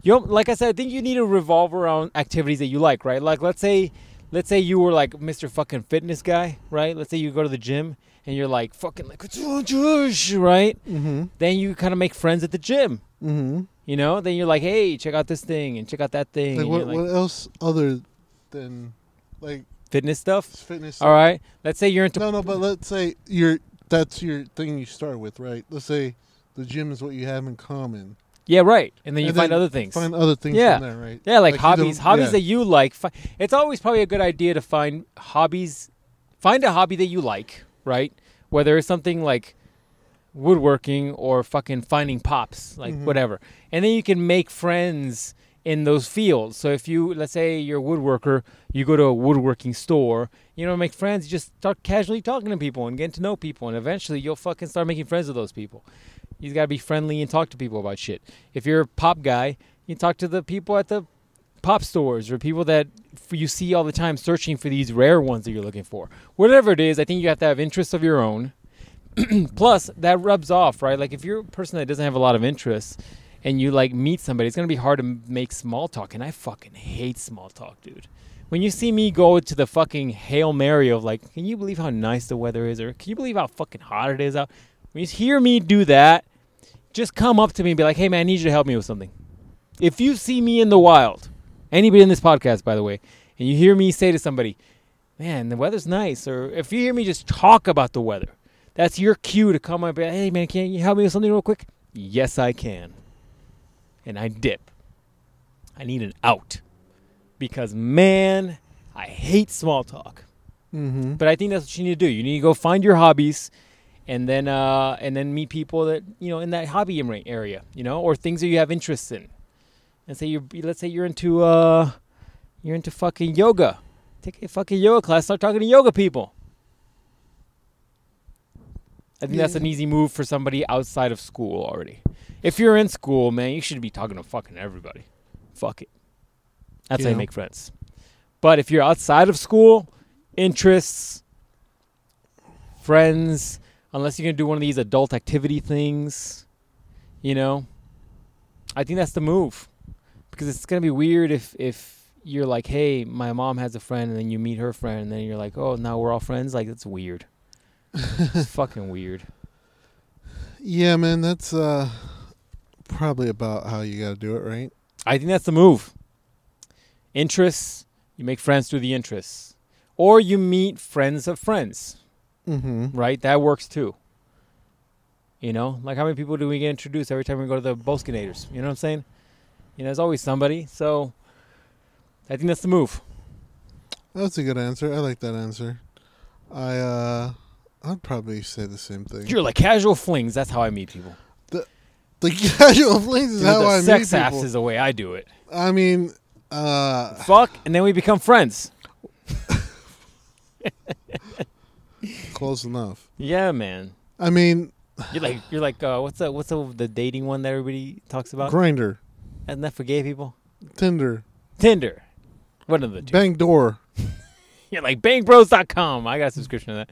Speaker 2: You don't- like I said, I think you need to revolve around activities that you like, right? Like let's say, let's say you were like Mr. Fucking Fitness guy, right? Let's say you go to the gym and you're like fucking like right.
Speaker 1: Mm-hmm.
Speaker 2: Then you kind of make friends at the gym,
Speaker 1: Mm-hmm.
Speaker 2: you know. Then you're like, hey, check out this thing and check out that thing,
Speaker 1: Like
Speaker 2: and
Speaker 1: what?
Speaker 2: you're like,
Speaker 1: what else other than like
Speaker 2: fitness stuff.
Speaker 1: fitness?
Speaker 2: All right. Let's say you're into
Speaker 1: No, no. But let's say you're that's your thing you start with, right? Let's say the gym is what you have in common.
Speaker 2: yeah, right. And then you
Speaker 1: And
Speaker 2: find
Speaker 1: then
Speaker 2: other things.
Speaker 1: Find other things
Speaker 2: Yeah.
Speaker 1: from there, right?
Speaker 2: Yeah, like,
Speaker 1: Like, you
Speaker 2: hobbies.
Speaker 1: don't-
Speaker 2: Hobbies
Speaker 1: yeah.
Speaker 2: that you like. Fi- It's always probably a good idea to find hobbies. Find a hobby that you like, right? Whether it's something like woodworking or fucking finding pops, like
Speaker 1: Mhm.
Speaker 2: whatever. And then you can make friends in those fields. So if you, let's say you're a woodworker, you go to a woodworking store, you know, make friends, you just start casually talking to people and getting to know people. And eventually you'll fucking start making friends with those people. You gotta be friendly and talk to people about shit. If you're a pop guy, you talk to the people at the pop stores or people that f- you see all the time searching for these rare ones that you're looking for. Whatever it is, I think you have to have interests of your own. Plus, that rubs off, right? Like if you're a person that doesn't have a lot of interests and you like meet somebody, it's gonna be hard to m- make small talk. And I fucking hate small talk, dude. When you see me go to the fucking hail mary of like, can you believe how nice the weather is, or can you believe how fucking hot it is out? When you hear me do that, just come up to me and be like, hey man, I need you to help me with something. If you see me in the wild, anybody in this podcast, by the way, and you hear me say to somebody, man, the weather's nice, or if you hear me just talk about the weather, that's your cue to come up. and, Hey, man, can you help me with something real quick? Yes, I can. And I dip. I need an out because, man, I hate small talk.
Speaker 1: Mm-hmm.
Speaker 2: But I think that's what you need to do. You need to go find your hobbies, and then uh, and then meet people that you know in that hobby am- area, you know, or things that you have interests in. And say you are let's say you're into uh, you're into fucking yoga. Take a fucking yoga class. Start talking to yoga people. I think that's
Speaker 1: Yeah.
Speaker 2: an easy move for somebody outside of school already. If you're in school, man, you should be talking to fucking everybody. Fuck it. That's how
Speaker 1: Yeah.
Speaker 2: you make friends. But if you're outside of school, interests, friends, unless you're gonna do one of these adult activity things, you know, I think that's the move because it's gonna be weird if if you're like, hey, my mom has a friend, and then you meet her friend, and then you're like, oh, now we're all friends. Like that's weird. it's fucking weird.
Speaker 1: Yeah, man, that's uh, probably about how you got to do it, right?
Speaker 2: I think that's the move. Interests, you make friends through the interests, or you meet friends of friends.
Speaker 1: Mm-hmm.
Speaker 2: right? That works too. You know, like how many people do we get introduced every time we go to the Boskinators? You know what I'm saying? You know, there's always somebody. So I think that's the move.
Speaker 1: That's a good answer. I like that answer. I uh, I'd probably say the same thing.
Speaker 2: You're like casual flings. That's how I meet people.
Speaker 1: the casual flings is
Speaker 2: You know,
Speaker 1: how
Speaker 2: the
Speaker 1: I meet
Speaker 2: sex apps
Speaker 1: people.
Speaker 2: is the way I do it.
Speaker 1: I mean, uh,
Speaker 2: Fuck, and then we become friends.
Speaker 1: close enough.
Speaker 2: Yeah, man.
Speaker 1: I mean,
Speaker 2: You're like you're like uh, what's the what's the, the dating one that everybody talks about?
Speaker 1: grinder,
Speaker 2: Isn't that for gay people?
Speaker 1: Tinder,
Speaker 2: Tinder. One of the two.
Speaker 1: Bang Door.
Speaker 2: You're like bankbros.com. I got a subscription to that.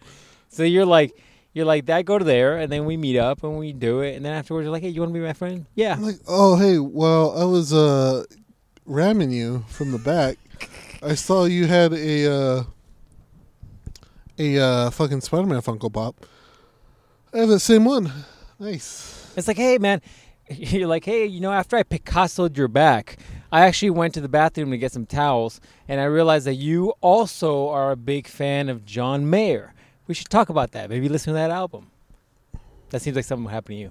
Speaker 2: So you're like, you're like that. Go to there, and then we meet up and we do it, and then afterwards you're like, hey, you want to be my friend? Yeah.
Speaker 1: I'm like, oh hey, well I was uh ramming you from the back. I saw you had a uh a uh fucking Spider Man Funko Pop. I have the same one. Nice.
Speaker 2: It's like, hey man, you're like, hey, you know, after I Picassoed your back, I actually went to the bathroom to get some towels, and I realized that you also are a big fan of John Mayer. We should talk about that. Maybe listen to that album. That seems like something would happen to you.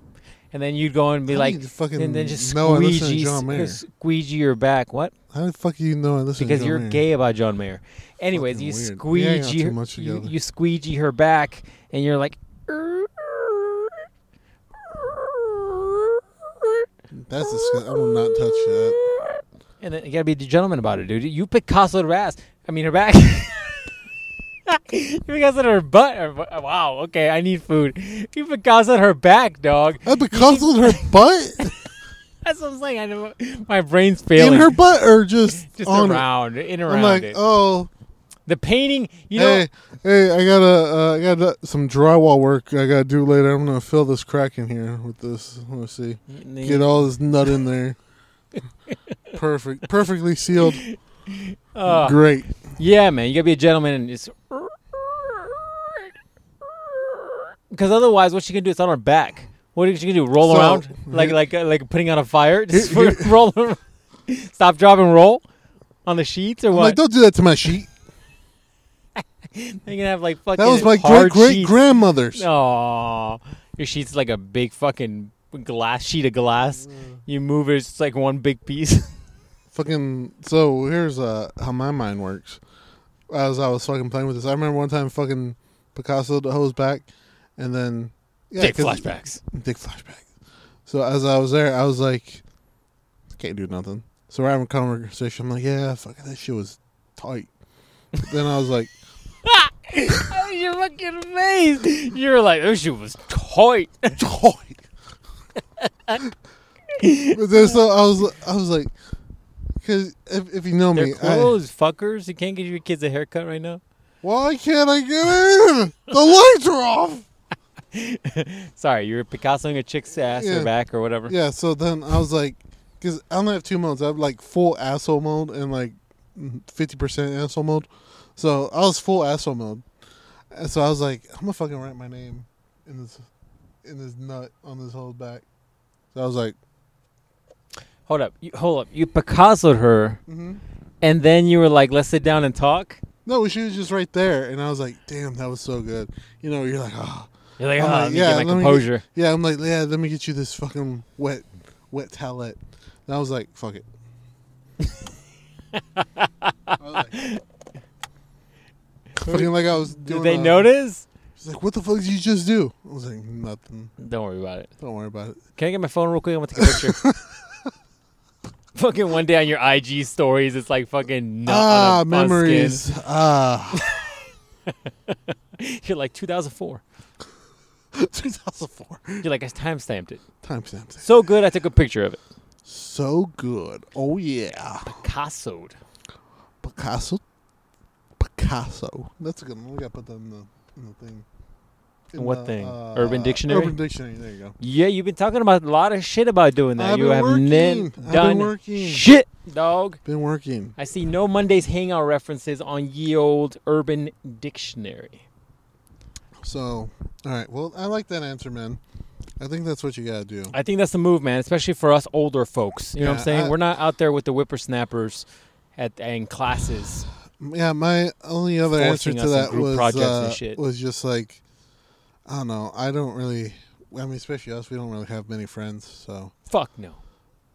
Speaker 2: And then you'd go and be
Speaker 1: How
Speaker 2: like,
Speaker 1: did you fucking
Speaker 2: and then just
Speaker 1: know I listen to
Speaker 2: squeegee,
Speaker 1: John Mayer?
Speaker 2: squeegee your back. What?
Speaker 1: How the fuck do you know I listen
Speaker 2: because
Speaker 1: to John
Speaker 2: you're
Speaker 1: Mayer?
Speaker 2: gay about John Mayer. Anyways,
Speaker 1: Fucking
Speaker 2: you
Speaker 1: weird. We hang out
Speaker 2: squeegee
Speaker 1: too much
Speaker 2: you,
Speaker 1: together.
Speaker 2: you squeegee her back, and you're like,
Speaker 1: That's disgusting. I will not touch that.
Speaker 2: and then you gotta be a gentleman about it, dude. You Picassoed her ass. I mean, her back. you Picassoed her butt. Or, bu- wow. Okay, I need food. You Picassoed her back, dog.
Speaker 1: I becassled her butt
Speaker 2: That's what I'm saying. I know my brain's
Speaker 1: in
Speaker 2: failing.
Speaker 1: her butt or just,
Speaker 2: just
Speaker 1: on it.
Speaker 2: around, in around
Speaker 1: I'm like,
Speaker 2: it.
Speaker 1: oh,
Speaker 2: the painting, you know.
Speaker 1: hey, hey, I gotta, uh, I got to some drywall work I gotta do later. I'm gonna fill this crack in here with this. Let's see, get all this nut in there. Perfect, perfectly sealed.
Speaker 2: Ugh.
Speaker 1: Great.
Speaker 2: Uh, Yeah, man, you gotta be a gentleman and just. Because otherwise, what's she gonna do? It's on her back. What is she gonna do? Roll
Speaker 1: So-
Speaker 2: around like like uh, like putting out a fire? Just
Speaker 1: Here-
Speaker 2: roll, around. stop, drop, and roll on the sheets or
Speaker 1: I'm
Speaker 2: what?
Speaker 1: like, don't do that to my sheet.
Speaker 2: They're gonna have like fucking.
Speaker 1: That was my great
Speaker 2: hard
Speaker 1: great grandmother's.
Speaker 2: Oh, your sheet's like a big fucking glass sheet of glass.
Speaker 1: Mm.
Speaker 2: You move it, it's just like one big piece.
Speaker 1: Fucking. So here's uh, how my mind works. As I was fucking playing with this, I remember one time fucking Picasso the hose back, and then yeah,
Speaker 2: Dick
Speaker 1: 'cause-
Speaker 2: flashbacks.
Speaker 1: Dick flashback. So as I was there, I was like, can't do nothing. So we're having a conversation. I'm like, yeah, fuck, that shit was tight. But then I was like,
Speaker 2: Your fucking face. You're like, oh, she was tight.
Speaker 1: tight. but then so I was, I was like, Because if, if you know
Speaker 2: They're
Speaker 1: me, I,
Speaker 2: closed, fuckers. You can't get your kids a haircut right now.
Speaker 1: why can't I get in? The lights are off.
Speaker 2: Sorry, you were Picassoing a chick's ass
Speaker 1: Yeah.
Speaker 2: or back or whatever.
Speaker 1: Yeah, so then I was like, because I only have two modes. I have like full asshole mode and like 50% asshole mode. So I was full asshole mode. And so I was like, I'm going to fucking write my name in this in this nut on this whole back. So I was like,
Speaker 2: Hold up, you, hold up. You Picassoed her,
Speaker 1: mm-hmm.
Speaker 2: and then you were like, "Let's sit down and talk."
Speaker 1: no, she was just right there. And I was like, damn, that was so good. You know, you're like, ah.
Speaker 2: You're like,
Speaker 1: I'm
Speaker 2: "Oh,
Speaker 1: like,
Speaker 2: let me
Speaker 1: yeah,
Speaker 2: get my
Speaker 1: let me get-
Speaker 2: composure."
Speaker 1: Yeah, I'm like, yeah, let me get you this fucking wet, wet towelette. And I was like, fuck it. I was like, fucking like I was doing
Speaker 2: Did they
Speaker 1: a-
Speaker 2: notice?
Speaker 1: She's like, what the fuck did you just do? I was like, nothing.
Speaker 2: Don't worry about it.
Speaker 1: Don't worry about it.
Speaker 2: Can I get my phone real quick? I want to take a picture. fucking one day on your IG stories, it's like fucking nut
Speaker 1: ah,
Speaker 2: on a- on skin.
Speaker 1: memories. Ah,
Speaker 2: You're like 2004.
Speaker 1: 2004.
Speaker 2: You're like, I timestamped it.
Speaker 1: Timestamps.
Speaker 2: So good, I took a picture of it.
Speaker 1: So good. Oh yeah,
Speaker 2: Picassoed.
Speaker 1: Picasso. Picasso. That's a good one. We gotta put that in the, in the thing. In
Speaker 2: What
Speaker 1: the,
Speaker 2: thing?
Speaker 1: uh,
Speaker 2: Urban Dictionary?
Speaker 1: Urban Dictionary. There you go.
Speaker 2: Yeah, you've been talking about a lot of shit about doing that.
Speaker 1: I've
Speaker 2: you
Speaker 1: been
Speaker 2: have
Speaker 1: working.
Speaker 2: nin-
Speaker 1: I've been
Speaker 2: done
Speaker 1: working.
Speaker 2: shit, dog.
Speaker 1: Been working.
Speaker 2: I see no Mondays hangout references on ye old Urban Dictionary.
Speaker 1: So, all right. Well, I like that answer, man. I think that's what you gotta do.
Speaker 2: I think that's the move, man, especially for us older folks. You know what
Speaker 1: Yeah,
Speaker 2: I'm saying?
Speaker 1: I-
Speaker 2: We're not out there with the whippersnappers at and classes.
Speaker 1: yeah, my only other answer
Speaker 2: Forcing
Speaker 1: to
Speaker 2: us in
Speaker 1: that
Speaker 2: group
Speaker 1: was
Speaker 2: projects and
Speaker 1: uh,
Speaker 2: shit.
Speaker 1: was just like, I don't know. I don't really. I mean, especially us, we don't really have many friends. So,
Speaker 2: Fuck no.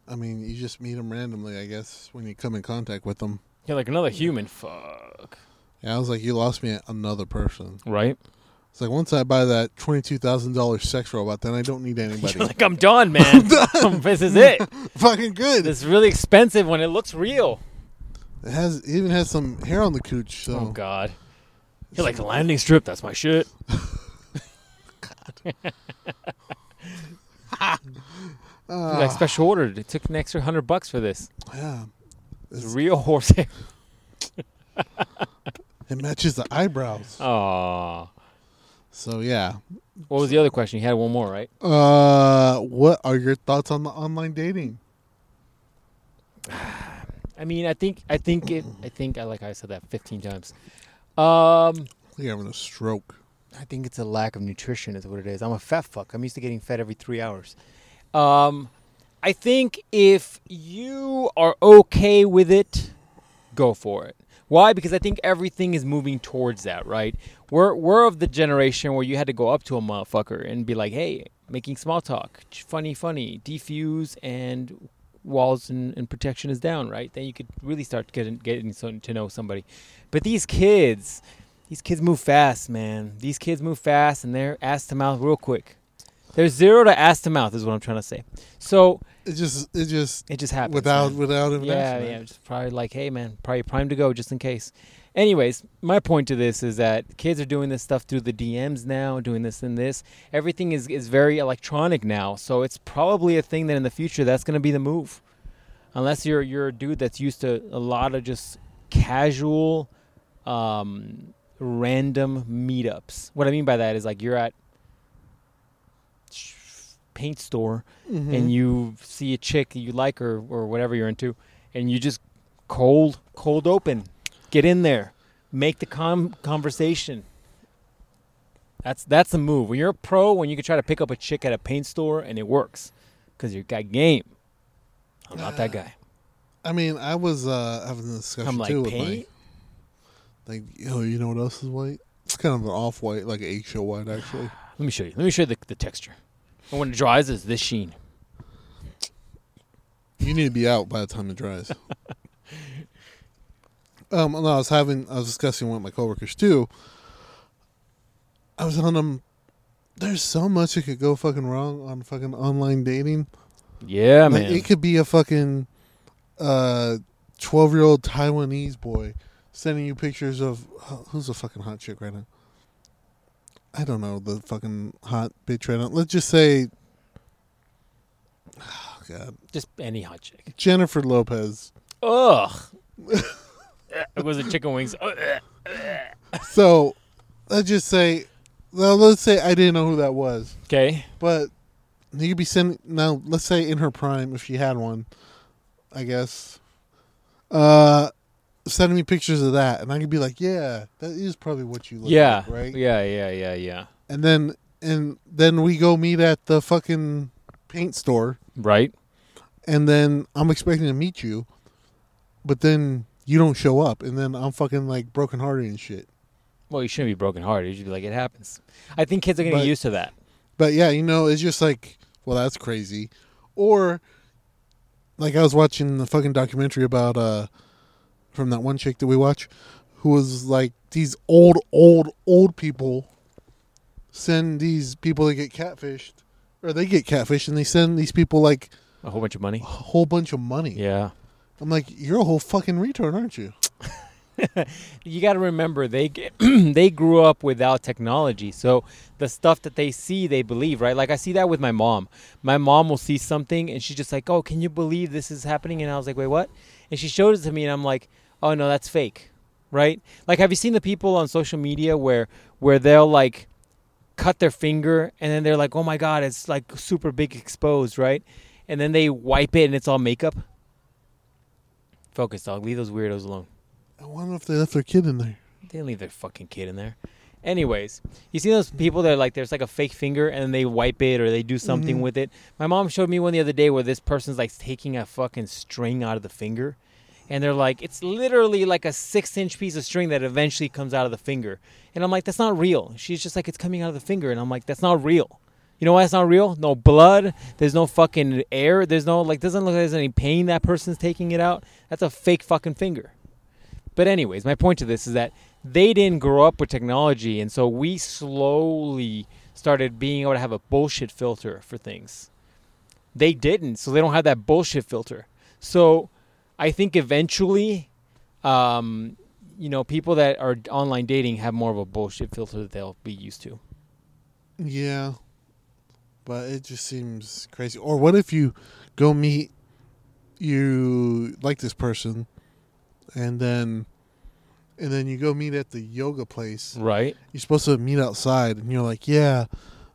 Speaker 1: I mean, you just meet them randomly, I guess, when you come in contact with them.
Speaker 2: You're like another human. Fuck.
Speaker 1: Yeah, I was like, you lost me at another person.
Speaker 2: Right?
Speaker 1: It's like once I buy that twenty-two thousand dollars sex robot, then I don't need anybody.
Speaker 2: You're like I'm done, man. this is it.
Speaker 1: Fucking good.
Speaker 2: It's really expensive when it looks real.
Speaker 1: it has it even has some hair on the cooch. So
Speaker 2: Oh God. You're like landing strip. That's my shit.
Speaker 1: uh,
Speaker 2: You're like special ordered. It took an extra hundred bucks for this.
Speaker 1: ah, yeah,
Speaker 2: It's
Speaker 1: It's-
Speaker 2: real horse hair.
Speaker 1: it matches the eyebrows.
Speaker 2: Aw.
Speaker 1: So yeah.
Speaker 2: What was the other question? You had one more, right?
Speaker 1: Uh, what are your thoughts on the online dating?
Speaker 2: I mean, I think, I think it, I think I like I said that 15 times. Um,
Speaker 1: I think I'm having a stroke.
Speaker 2: I think it's a lack of nutrition is what it is. I'm a fat fuck. I'm used to getting fed every three hours. Um, I think if you are okay with it, go for it. Why? Because I think everything is moving towards that, right? We're we're of the generation where you had to go up to a motherfucker and be like, "Hey, making small talk, ch- funny, funny, defuse, and walls and, and protection is down." Right? Then you could really start getting getting some, to know somebody. But these kids, these kids move fast, man. These kids move fast, and they're ass to mouth real quick. There's zero to ass to mouth, is what I'm trying to say. So
Speaker 1: It just, it just
Speaker 2: it just happens
Speaker 1: without
Speaker 2: man.
Speaker 1: without even
Speaker 2: Yeah,
Speaker 1: asking
Speaker 2: yeah.
Speaker 1: that.
Speaker 2: It's probably like, hey, man, probably prime to go just in case. Anyways, my point to this is that kids are doing this stuff through the DMs now, doing this and this. Everything is, is very electronic now, so it's probably a thing that in the future that's going to be the move, unless you're you're a dude that's used to a lot of just casual, um, random meetups. What I mean by that is like you're at paint store
Speaker 1: Mhm.
Speaker 2: and you see a chick that you like or, or whatever you're into, and you just cold, cold open, get in there, make the com- conversation. That's that's the move. When you're a pro, when you can try to pick up a chick at a paint store and it works, because you got game. I'm not that guy.
Speaker 1: I mean, I was uh having a discussion
Speaker 2: I'm like
Speaker 1: too with
Speaker 2: paint.
Speaker 1: my like, yo, you know what else is white? It's kind of an off white, like an eggshell white, actually.
Speaker 2: Let me show you. Let me show you the, the texture. And when it dries, it's this sheen.
Speaker 1: You need to be out by the time it dries. um, no, I was having, I was discussing with my coworkers too. I was telling them, there's so much that could go fucking wrong on fucking online dating.
Speaker 2: Yeah,
Speaker 1: like,
Speaker 2: man.
Speaker 1: it could be a fucking uh, 12 year old Taiwanese boy sending you pictures of uh, who's a fucking hot chick right now. I don't know the fucking hot bitch right now. Let's just say, oh god,
Speaker 2: Just any hot chick.
Speaker 1: Jennifer Lopez.
Speaker 2: Ugh. it was a chicken wings. Ugh.
Speaker 1: So let's just say, well, let's say I didn't know who that was,
Speaker 2: Okay.
Speaker 1: but you could be sending now. Let's say in her prime, if she had one, I guess. Uh, sending me pictures of that, and I could be like, "Yeah, that is probably what you look
Speaker 2: Yeah.
Speaker 1: like, right?"
Speaker 2: Yeah. Yeah. Yeah. Yeah.
Speaker 1: And then and then we go meet at the fucking paint store,
Speaker 2: Right.
Speaker 1: and then I'm expecting to meet you, but then you don't show up, and then I'm fucking like brokenhearted and shit.
Speaker 2: Well, you shouldn't be broken hearted. You should be like, it happens. I think kids are gonna
Speaker 1: But-
Speaker 2: get used to that.
Speaker 1: But yeah, you know, it's just like, well, that's crazy. Or like I was watching the fucking documentary about uh from that one chick that we watch who was like these old old old people send these people that get catfished or they get catfished and they send these people like
Speaker 2: A whole bunch of money.
Speaker 1: a whole bunch of money.
Speaker 2: Yeah.
Speaker 1: I'm like, you're a whole fucking retard, aren't you?
Speaker 2: you got to remember they g- they grew up without technology so the stuff that they see they believe right like i see that with my mom my mom will see something and she's just like oh can you believe this is happening and i was like wait what and she showed it to me and i'm like oh no that's fake right like have you seen the people on social media where where they'll like cut their finger and then they're like oh my god it's like super big exposed right and then they wipe it and it's all makeup focus dog leave those weirdos alone
Speaker 1: I wonder if they left their kid in there.
Speaker 2: they didn't leave their fucking kid in there. Anyways, you see those people that are like there's like a fake finger and then they wipe it or they do something
Speaker 1: Mhm.
Speaker 2: with it. My mom showed me one the other day where this person's like taking a fucking string out of the finger, and they're like it's literally like a six inch piece of string that eventually comes out of the finger. And I'm like that's not real. She's just like it's coming out of the finger, and I'm like that's not real. You know why it's not real? No blood. There's no fucking air. There's no like doesn't look like there's any pain that person's taking it out. That's a fake fucking finger. But anyways, my point to this is that they didn't grow up with technology, and so we slowly started being able to have a bullshit filter for things. They didn't, so they don't have that bullshit filter. So I think eventually, um, you know, people that are online dating have more of a bullshit filter that they'll be used to.
Speaker 1: Yeah. But it just seems crazy. Or what if you go meet you like this person and then and then you go meet at the yoga place.
Speaker 2: Right.
Speaker 1: You're supposed to meet outside and you're like, "Yeah,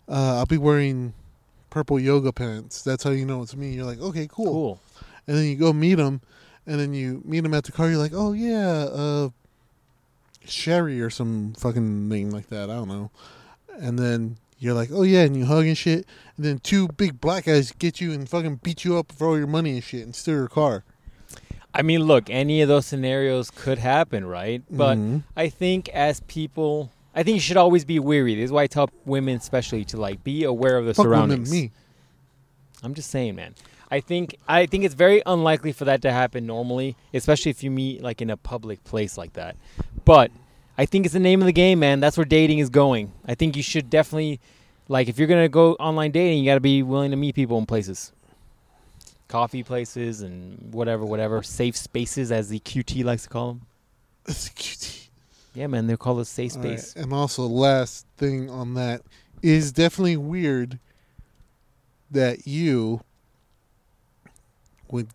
Speaker 1: uh, I'll be wearing purple yoga pants." That's how you know it's me. You're like, "Okay, cool."
Speaker 2: Cool.
Speaker 1: And then you go meet him and then you meet him at the car. You're like, "Oh yeah, uh Sherry or some fucking name like that. I don't know." and then you're like, oh yeah, and you hug and shit, and then two big black guys get you and fucking beat you up for all your money and shit and steal your car.
Speaker 2: I mean, look, any of those scenarios could happen, right? But
Speaker 1: Mhm.
Speaker 2: I think as people, I think you should always be weary. This is why I tell women, especially, to like be aware of the
Speaker 1: Fuck women,
Speaker 2: surroundings.
Speaker 1: me.
Speaker 2: I'm just saying, man. I think I think it's very unlikely for that to happen normally, especially if you meet like in a public place like that. But I think it's the name of the game, man. That's where dating is going. I think you should definitely like if you're gonna go online dating, you gotta be willing to meet people in places. Coffee places and whatever, whatever. Safe spaces as the QT likes to call them.
Speaker 1: It's a cutie.
Speaker 2: Yeah, man, they're called a safe
Speaker 1: All right,
Speaker 2: space.
Speaker 1: And also, last thing on that is definitely weird that you would,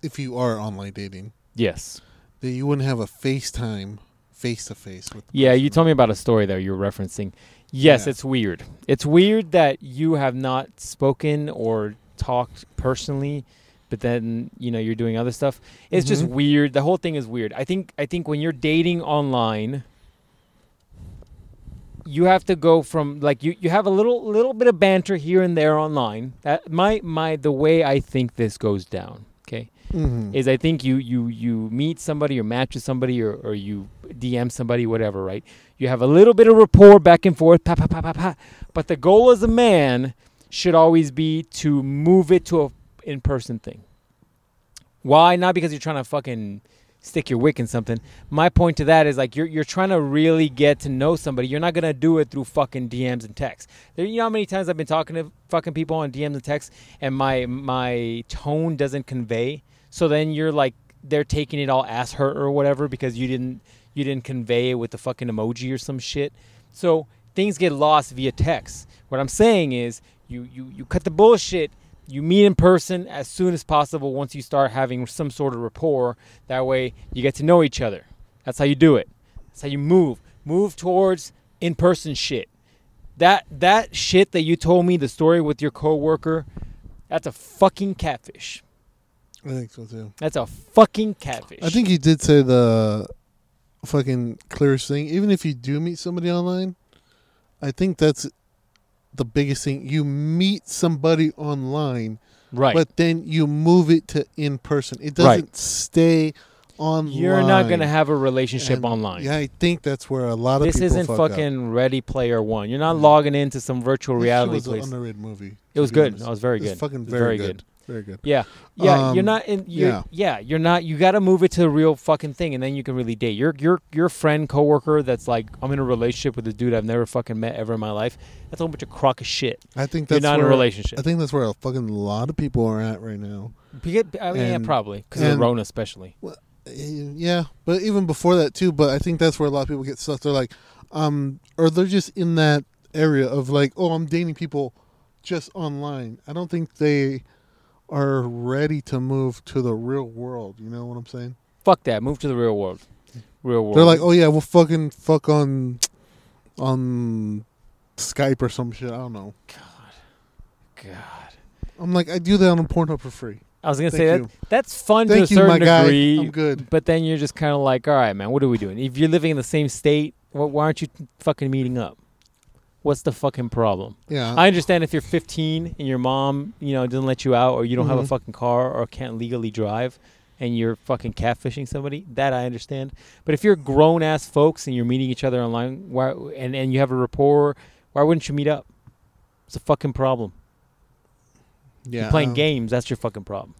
Speaker 1: if you are online dating,
Speaker 2: Yes.
Speaker 1: that you wouldn't have a FaceTime face to face with. the
Speaker 2: Yeah, you
Speaker 1: person.
Speaker 2: told me about a story there you were referencing. Yes,
Speaker 1: Yeah.
Speaker 2: it's weird. It's weird that you have not spoken or talked personally, but then you know you're doing other stuff. It's just
Speaker 1: Mhm.
Speaker 2: weird. The whole thing is weird. I think I think when you're dating online, you have to go from like you, you have a little little bit of banter here and there online. That my my the way I think this goes down. Okay
Speaker 1: Mhm.
Speaker 2: is I think you you you meet somebody or match with somebody or, or you DM somebody, whatever, right? You have a little bit of rapport back and forth, pa pa pa pa pa. But the goal as a man should always be to move it to a in person thing. Why? Not because you're trying to fucking stick your wick in something. My point to that is like you're you're trying to really get to know somebody. You're not gonna do it through fucking DMs and texts. There, you know how many times I've been talking to fucking people on DMs and texts, and my my tone doesn't convey. So then you're like they're taking it all ass hurt or whatever because you didn't you didn't convey it with the fucking emoji or some shit. So things get lost via text. What I'm saying is you you you cut the bullshit you meet in person as soon as possible once you start having some sort of rapport. That way you get to know each other. That's how you do it. That's how you move. Move towards in person shit. That that shit that you told me the story with your coworker, that's a fucking catfish.
Speaker 1: I think so too.
Speaker 2: That's a fucking catfish.
Speaker 1: I think he did say the fucking clearest thing. Even if you do meet somebody online, I think that's the biggest thing. You meet somebody online,
Speaker 2: right.
Speaker 1: but then you move it to in person. It doesn't
Speaker 2: Right.
Speaker 1: stay online.
Speaker 2: You're not gonna have a relationship
Speaker 1: And,
Speaker 2: online.
Speaker 1: Yeah, I think that's where a lot of
Speaker 2: This
Speaker 1: people
Speaker 2: isn't
Speaker 1: fuck up.
Speaker 2: fucking Ready Player One. You're not logging into some virtual
Speaker 1: That shit
Speaker 2: reality
Speaker 1: was
Speaker 2: place.
Speaker 1: An underrated movie.
Speaker 2: It was
Speaker 1: to be
Speaker 2: good.
Speaker 1: honest.
Speaker 2: It was very
Speaker 1: It's
Speaker 2: good.
Speaker 1: Fucking
Speaker 2: It was
Speaker 1: very,
Speaker 2: very
Speaker 1: good.
Speaker 2: good.
Speaker 1: Very good.
Speaker 2: Yeah, yeah.
Speaker 1: Um,
Speaker 2: you're not in. You're,
Speaker 1: yeah.
Speaker 2: yeah, You're not. You got to move it to the real fucking thing, and then you can really date. Your your your friend coworker that's like, I'm in a relationship with a dude I've never fucking met ever in my life. That's a whole bunch of crock of shit.
Speaker 1: I think
Speaker 2: You're
Speaker 1: that's
Speaker 2: not in a
Speaker 1: where,
Speaker 2: relationship.
Speaker 1: I think that's where a fucking lot of people are at right now.
Speaker 2: Because- I mean, yeah,
Speaker 1: and-
Speaker 2: probably because of
Speaker 1: and-
Speaker 2: Rona, especially.
Speaker 1: Uh, Yeah, but even before that too. But I think that's where a lot of people get stuck. They're like, um, or they're just in that area of like, oh, I'm dating people just online. I don't think they are ready to move to the real world. You know what I'm saying?
Speaker 2: Fuck that. Move to the real world. Real world.
Speaker 1: They're like, oh yeah, we'll fucking fuck on on Skype or some shit. I don't know. oh,
Speaker 2: God.
Speaker 1: I'm like, I do that on Pornhub for free.
Speaker 2: I was gonna
Speaker 1: Thank
Speaker 2: say that
Speaker 1: you.
Speaker 2: that's fun
Speaker 1: Thank
Speaker 2: to a
Speaker 1: you, my
Speaker 2: certain
Speaker 1: guy.
Speaker 2: degree.
Speaker 1: I'm good.
Speaker 2: But then you're just kind of like, all right, man, what are we doing? If you're living in the same state, wh- why aren't you t- fucking meeting up? What's the fucking problem?
Speaker 1: Yeah.
Speaker 2: I understand if you're 15 and your mom, you know, doesn't let you out, or you don't have
Speaker 1: Mhm.
Speaker 2: a fucking car, or can't legally drive, and you're fucking catfishing somebody. That I understand. But if you're grown ass folks and you're meeting each other online, why and and you have a rapport, why wouldn't you meet up? It's a fucking problem.
Speaker 1: yeah.
Speaker 2: you're playing
Speaker 1: um,
Speaker 2: games. That's your fucking problem.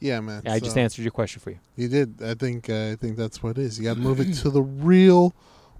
Speaker 1: Yeah, man.
Speaker 2: I just
Speaker 1: so-
Speaker 2: answered your question for you.
Speaker 1: You did. I think. Uh, I think that's what it is. You got to move it to the real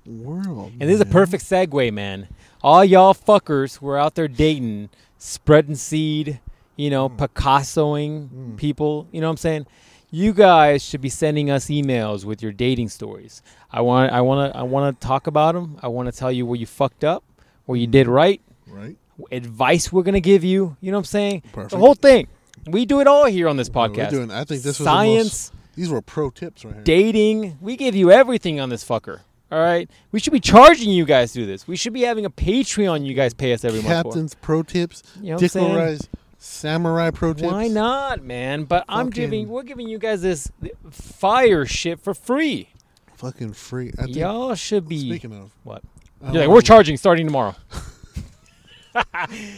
Speaker 1: world.
Speaker 2: And this is a
Speaker 1: man.
Speaker 2: perfect segue, man. All y'all fuckers who are out there dating, spreading seed, you know,
Speaker 1: Mm.
Speaker 2: Picassoing
Speaker 1: Mm.
Speaker 2: people, you know what I'm saying? You guys should be sending us emails with your dating stories. I want I want to I want to talk about them. I want to tell you where you fucked up, where
Speaker 1: Hmm.
Speaker 2: you did right,
Speaker 1: right?
Speaker 2: advice we're going to give you, you know what I'm saying?
Speaker 1: Perfect.
Speaker 2: The whole thing. We do it all here on this
Speaker 1: What we're
Speaker 2: podcast.
Speaker 1: doing- I think this was the most-
Speaker 2: Science,
Speaker 1: These were pro tips right here.
Speaker 2: dating. We give you everything on this fucker. All right. We should be charging you guys to do this. We should be having a Patreon you guys pay us every month
Speaker 1: Captain's pro tips.
Speaker 2: for. You know what I'm
Speaker 1: Dick
Speaker 2: saying?
Speaker 1: Rise, samurai pro tips.
Speaker 2: Why not, man? But I'm giving
Speaker 1: Fucking-
Speaker 2: we're giving you guys this fire shit for free.
Speaker 1: Fucking free. I think,
Speaker 2: Y'all should be
Speaker 1: Speaking of
Speaker 2: what?
Speaker 1: um,
Speaker 2: You're like, we're charging starting tomorrow.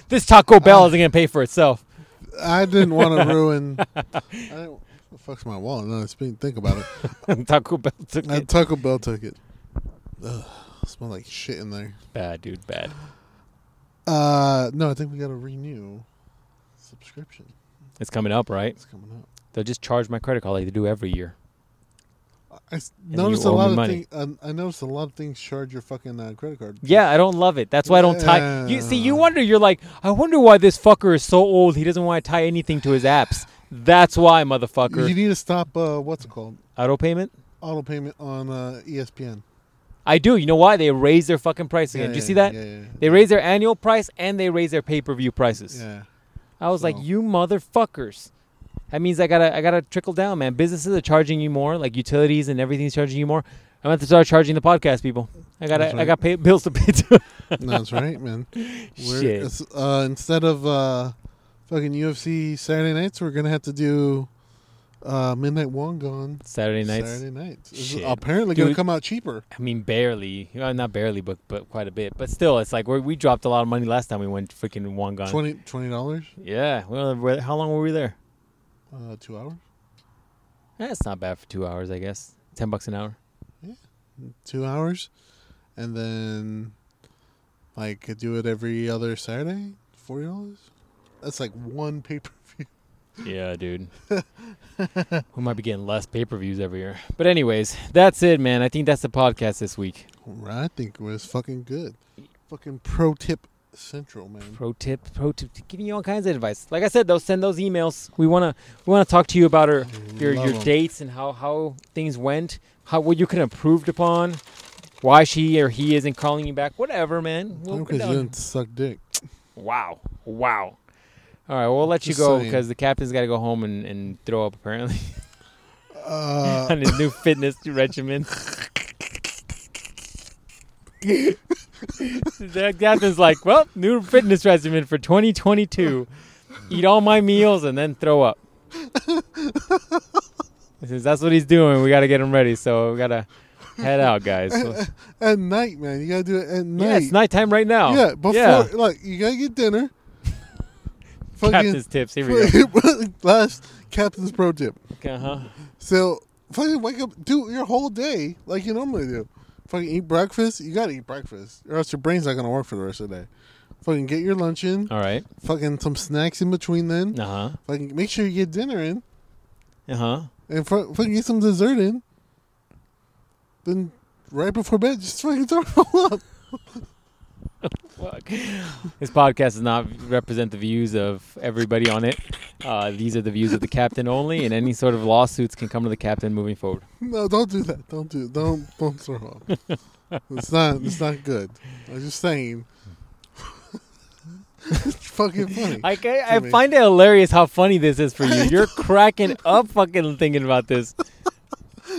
Speaker 2: this Taco Bell isn't gonna pay for itself.
Speaker 1: I didn't want to ruin. I didn't, what the fuck's my wallet? Now I speak- think about it.
Speaker 2: Taco Bell took
Speaker 1: Uh,
Speaker 2: it.
Speaker 1: Taco Bell took it. Ugh, smell like shit in there.
Speaker 2: Bad dude, bad.
Speaker 1: Uh, no, I think we got to renew subscription.
Speaker 2: It's coming up, right?
Speaker 1: It's coming up.
Speaker 2: They'll just charge my credit card like they do every year.
Speaker 1: I s-
Speaker 2: then you
Speaker 1: noticed a
Speaker 2: owe me
Speaker 1: lot of
Speaker 2: money.
Speaker 1: things. Um, I noticed a lot of things charge your fucking uh, credit card.
Speaker 2: Yeah, I don't love it. That's why I don't tie. You see, you
Speaker 1: Yeah.
Speaker 2: wonder. You're like, I wonder why this fucker is so old. He doesn't want to tie anything to his apps. That's why, motherfucker.
Speaker 1: you need to stop. Uh, what's it called?
Speaker 2: Auto payment.
Speaker 1: Auto payment on uh, ESPN.
Speaker 2: I do. You know why? They raise their fucking price again.
Speaker 1: Yeah,
Speaker 2: Did you
Speaker 1: yeah,
Speaker 2: see that?
Speaker 1: Yeah, yeah, yeah.
Speaker 2: They raise their annual price and they raise their pay-per-view prices.
Speaker 1: Yeah,
Speaker 2: I was like,
Speaker 1: so-
Speaker 2: you motherfuckers. That means I gotta, I gotta trickle down, man. Businesses are charging you more, like utilities and everything's charging you more. I'm gonna have to start charging the podcast people. I gotta,
Speaker 1: That's
Speaker 2: I
Speaker 1: right.
Speaker 2: got pay, bills to pay. Too.
Speaker 1: No, that's right, man. We're,
Speaker 2: Shit.
Speaker 1: it's, Uh, instead of uh, fucking UFC Saturday nights, we're gonna have to do uh, Midnight Wangon
Speaker 2: Saturday nights.
Speaker 1: Saturday nights. This is
Speaker 2: Shit.
Speaker 1: apparently gonna
Speaker 2: Dude.
Speaker 1: come out cheaper.
Speaker 2: I mean, barely. Well, not barely, but but quite a bit. But still, it's like we we dropped a lot of money last time we went freaking Wangan.
Speaker 1: Twenty twenty dollars,
Speaker 2: Yeah. Well, where- how long were we there?
Speaker 1: uh, two hours,
Speaker 2: That's not bad for two hours, I guess. Ten bucks an hour.
Speaker 1: two hours, and then like could do it every other Saturday, forty dollars. That's like one pay per view.
Speaker 2: Yeah, dude. we might be getting less pay per views every year. But anyways, that's it, man. I think that's the podcast this week.
Speaker 1: I think it was fucking good. Fucking pro tip central, man.
Speaker 2: Pro tip, pro tip, giving you all kinds of advice. Like I said, though, send those emails. We wanna we wanna talk to you about our your
Speaker 1: Love
Speaker 2: your
Speaker 1: 'em.
Speaker 2: dates and how how things went, how what you could have improved upon, why she or he isn't calling you back, whatever, man. We'll
Speaker 1: Probably
Speaker 2: get
Speaker 1: 'cause
Speaker 2: down.
Speaker 1: you didn't suck dick.
Speaker 2: Wow, wow. All right, we'll let you
Speaker 1: Just
Speaker 2: go
Speaker 1: saying.
Speaker 2: because the captain's got to go home and, and throw up apparently
Speaker 1: Uh,
Speaker 2: on his new fitness regimen. the captain's like, well, new fitness regimen for 2022: eat all my meals and then throw up. Since that's what he's doing, we got to get him ready. So we got to head out, guys. So-
Speaker 1: at night, man. You gotta do it at night.
Speaker 2: yeah, it's nighttime right now.
Speaker 1: Yeah, before
Speaker 2: Yeah.
Speaker 1: like you gotta get dinner.
Speaker 2: Captain's tips. Here we
Speaker 1: last captain's pro tip.
Speaker 2: go. Uh-huh.
Speaker 1: So fucking wake up, do your whole day like you normally do. Fucking eat breakfast. You gotta eat breakfast, or else your brain's not gonna work for the rest of the day. Fucking get your lunch in.
Speaker 2: All right.
Speaker 1: Fucking some snacks in between then.
Speaker 2: Uh huh.
Speaker 1: Fucking make sure you get dinner in,
Speaker 2: Uh huh.
Speaker 1: and fu- fucking get some dessert in. Then right before bed, just fucking throw it all up.
Speaker 2: Fuck. This podcast does not represent the views of everybody on it. Uh, these are the views of the captain only, and any sort of lawsuits can come to the captain moving forward.
Speaker 1: No, don't do that. Don't do. Don't don't throw up. it's not. It's not good. I'm just saying. it's fucking funny.
Speaker 2: I, ca- I
Speaker 1: me.
Speaker 2: find it hilarious how funny this is for you. You're cracking up fucking thinking about this.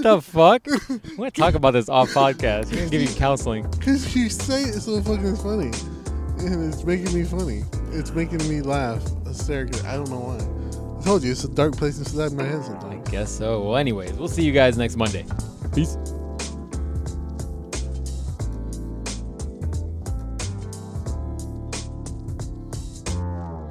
Speaker 2: The fuck? We're gonna talk about this off podcast. We're gonna give you counseling.
Speaker 1: Cause you say it's so fucking funny, and it's making me funny. It's making me laugh hysterically. I don't know why. I told you it's a dark place inside my head
Speaker 2: I
Speaker 1: sometimes.
Speaker 2: guess so. Well, anyways, we'll see you guys next Monday. Peace.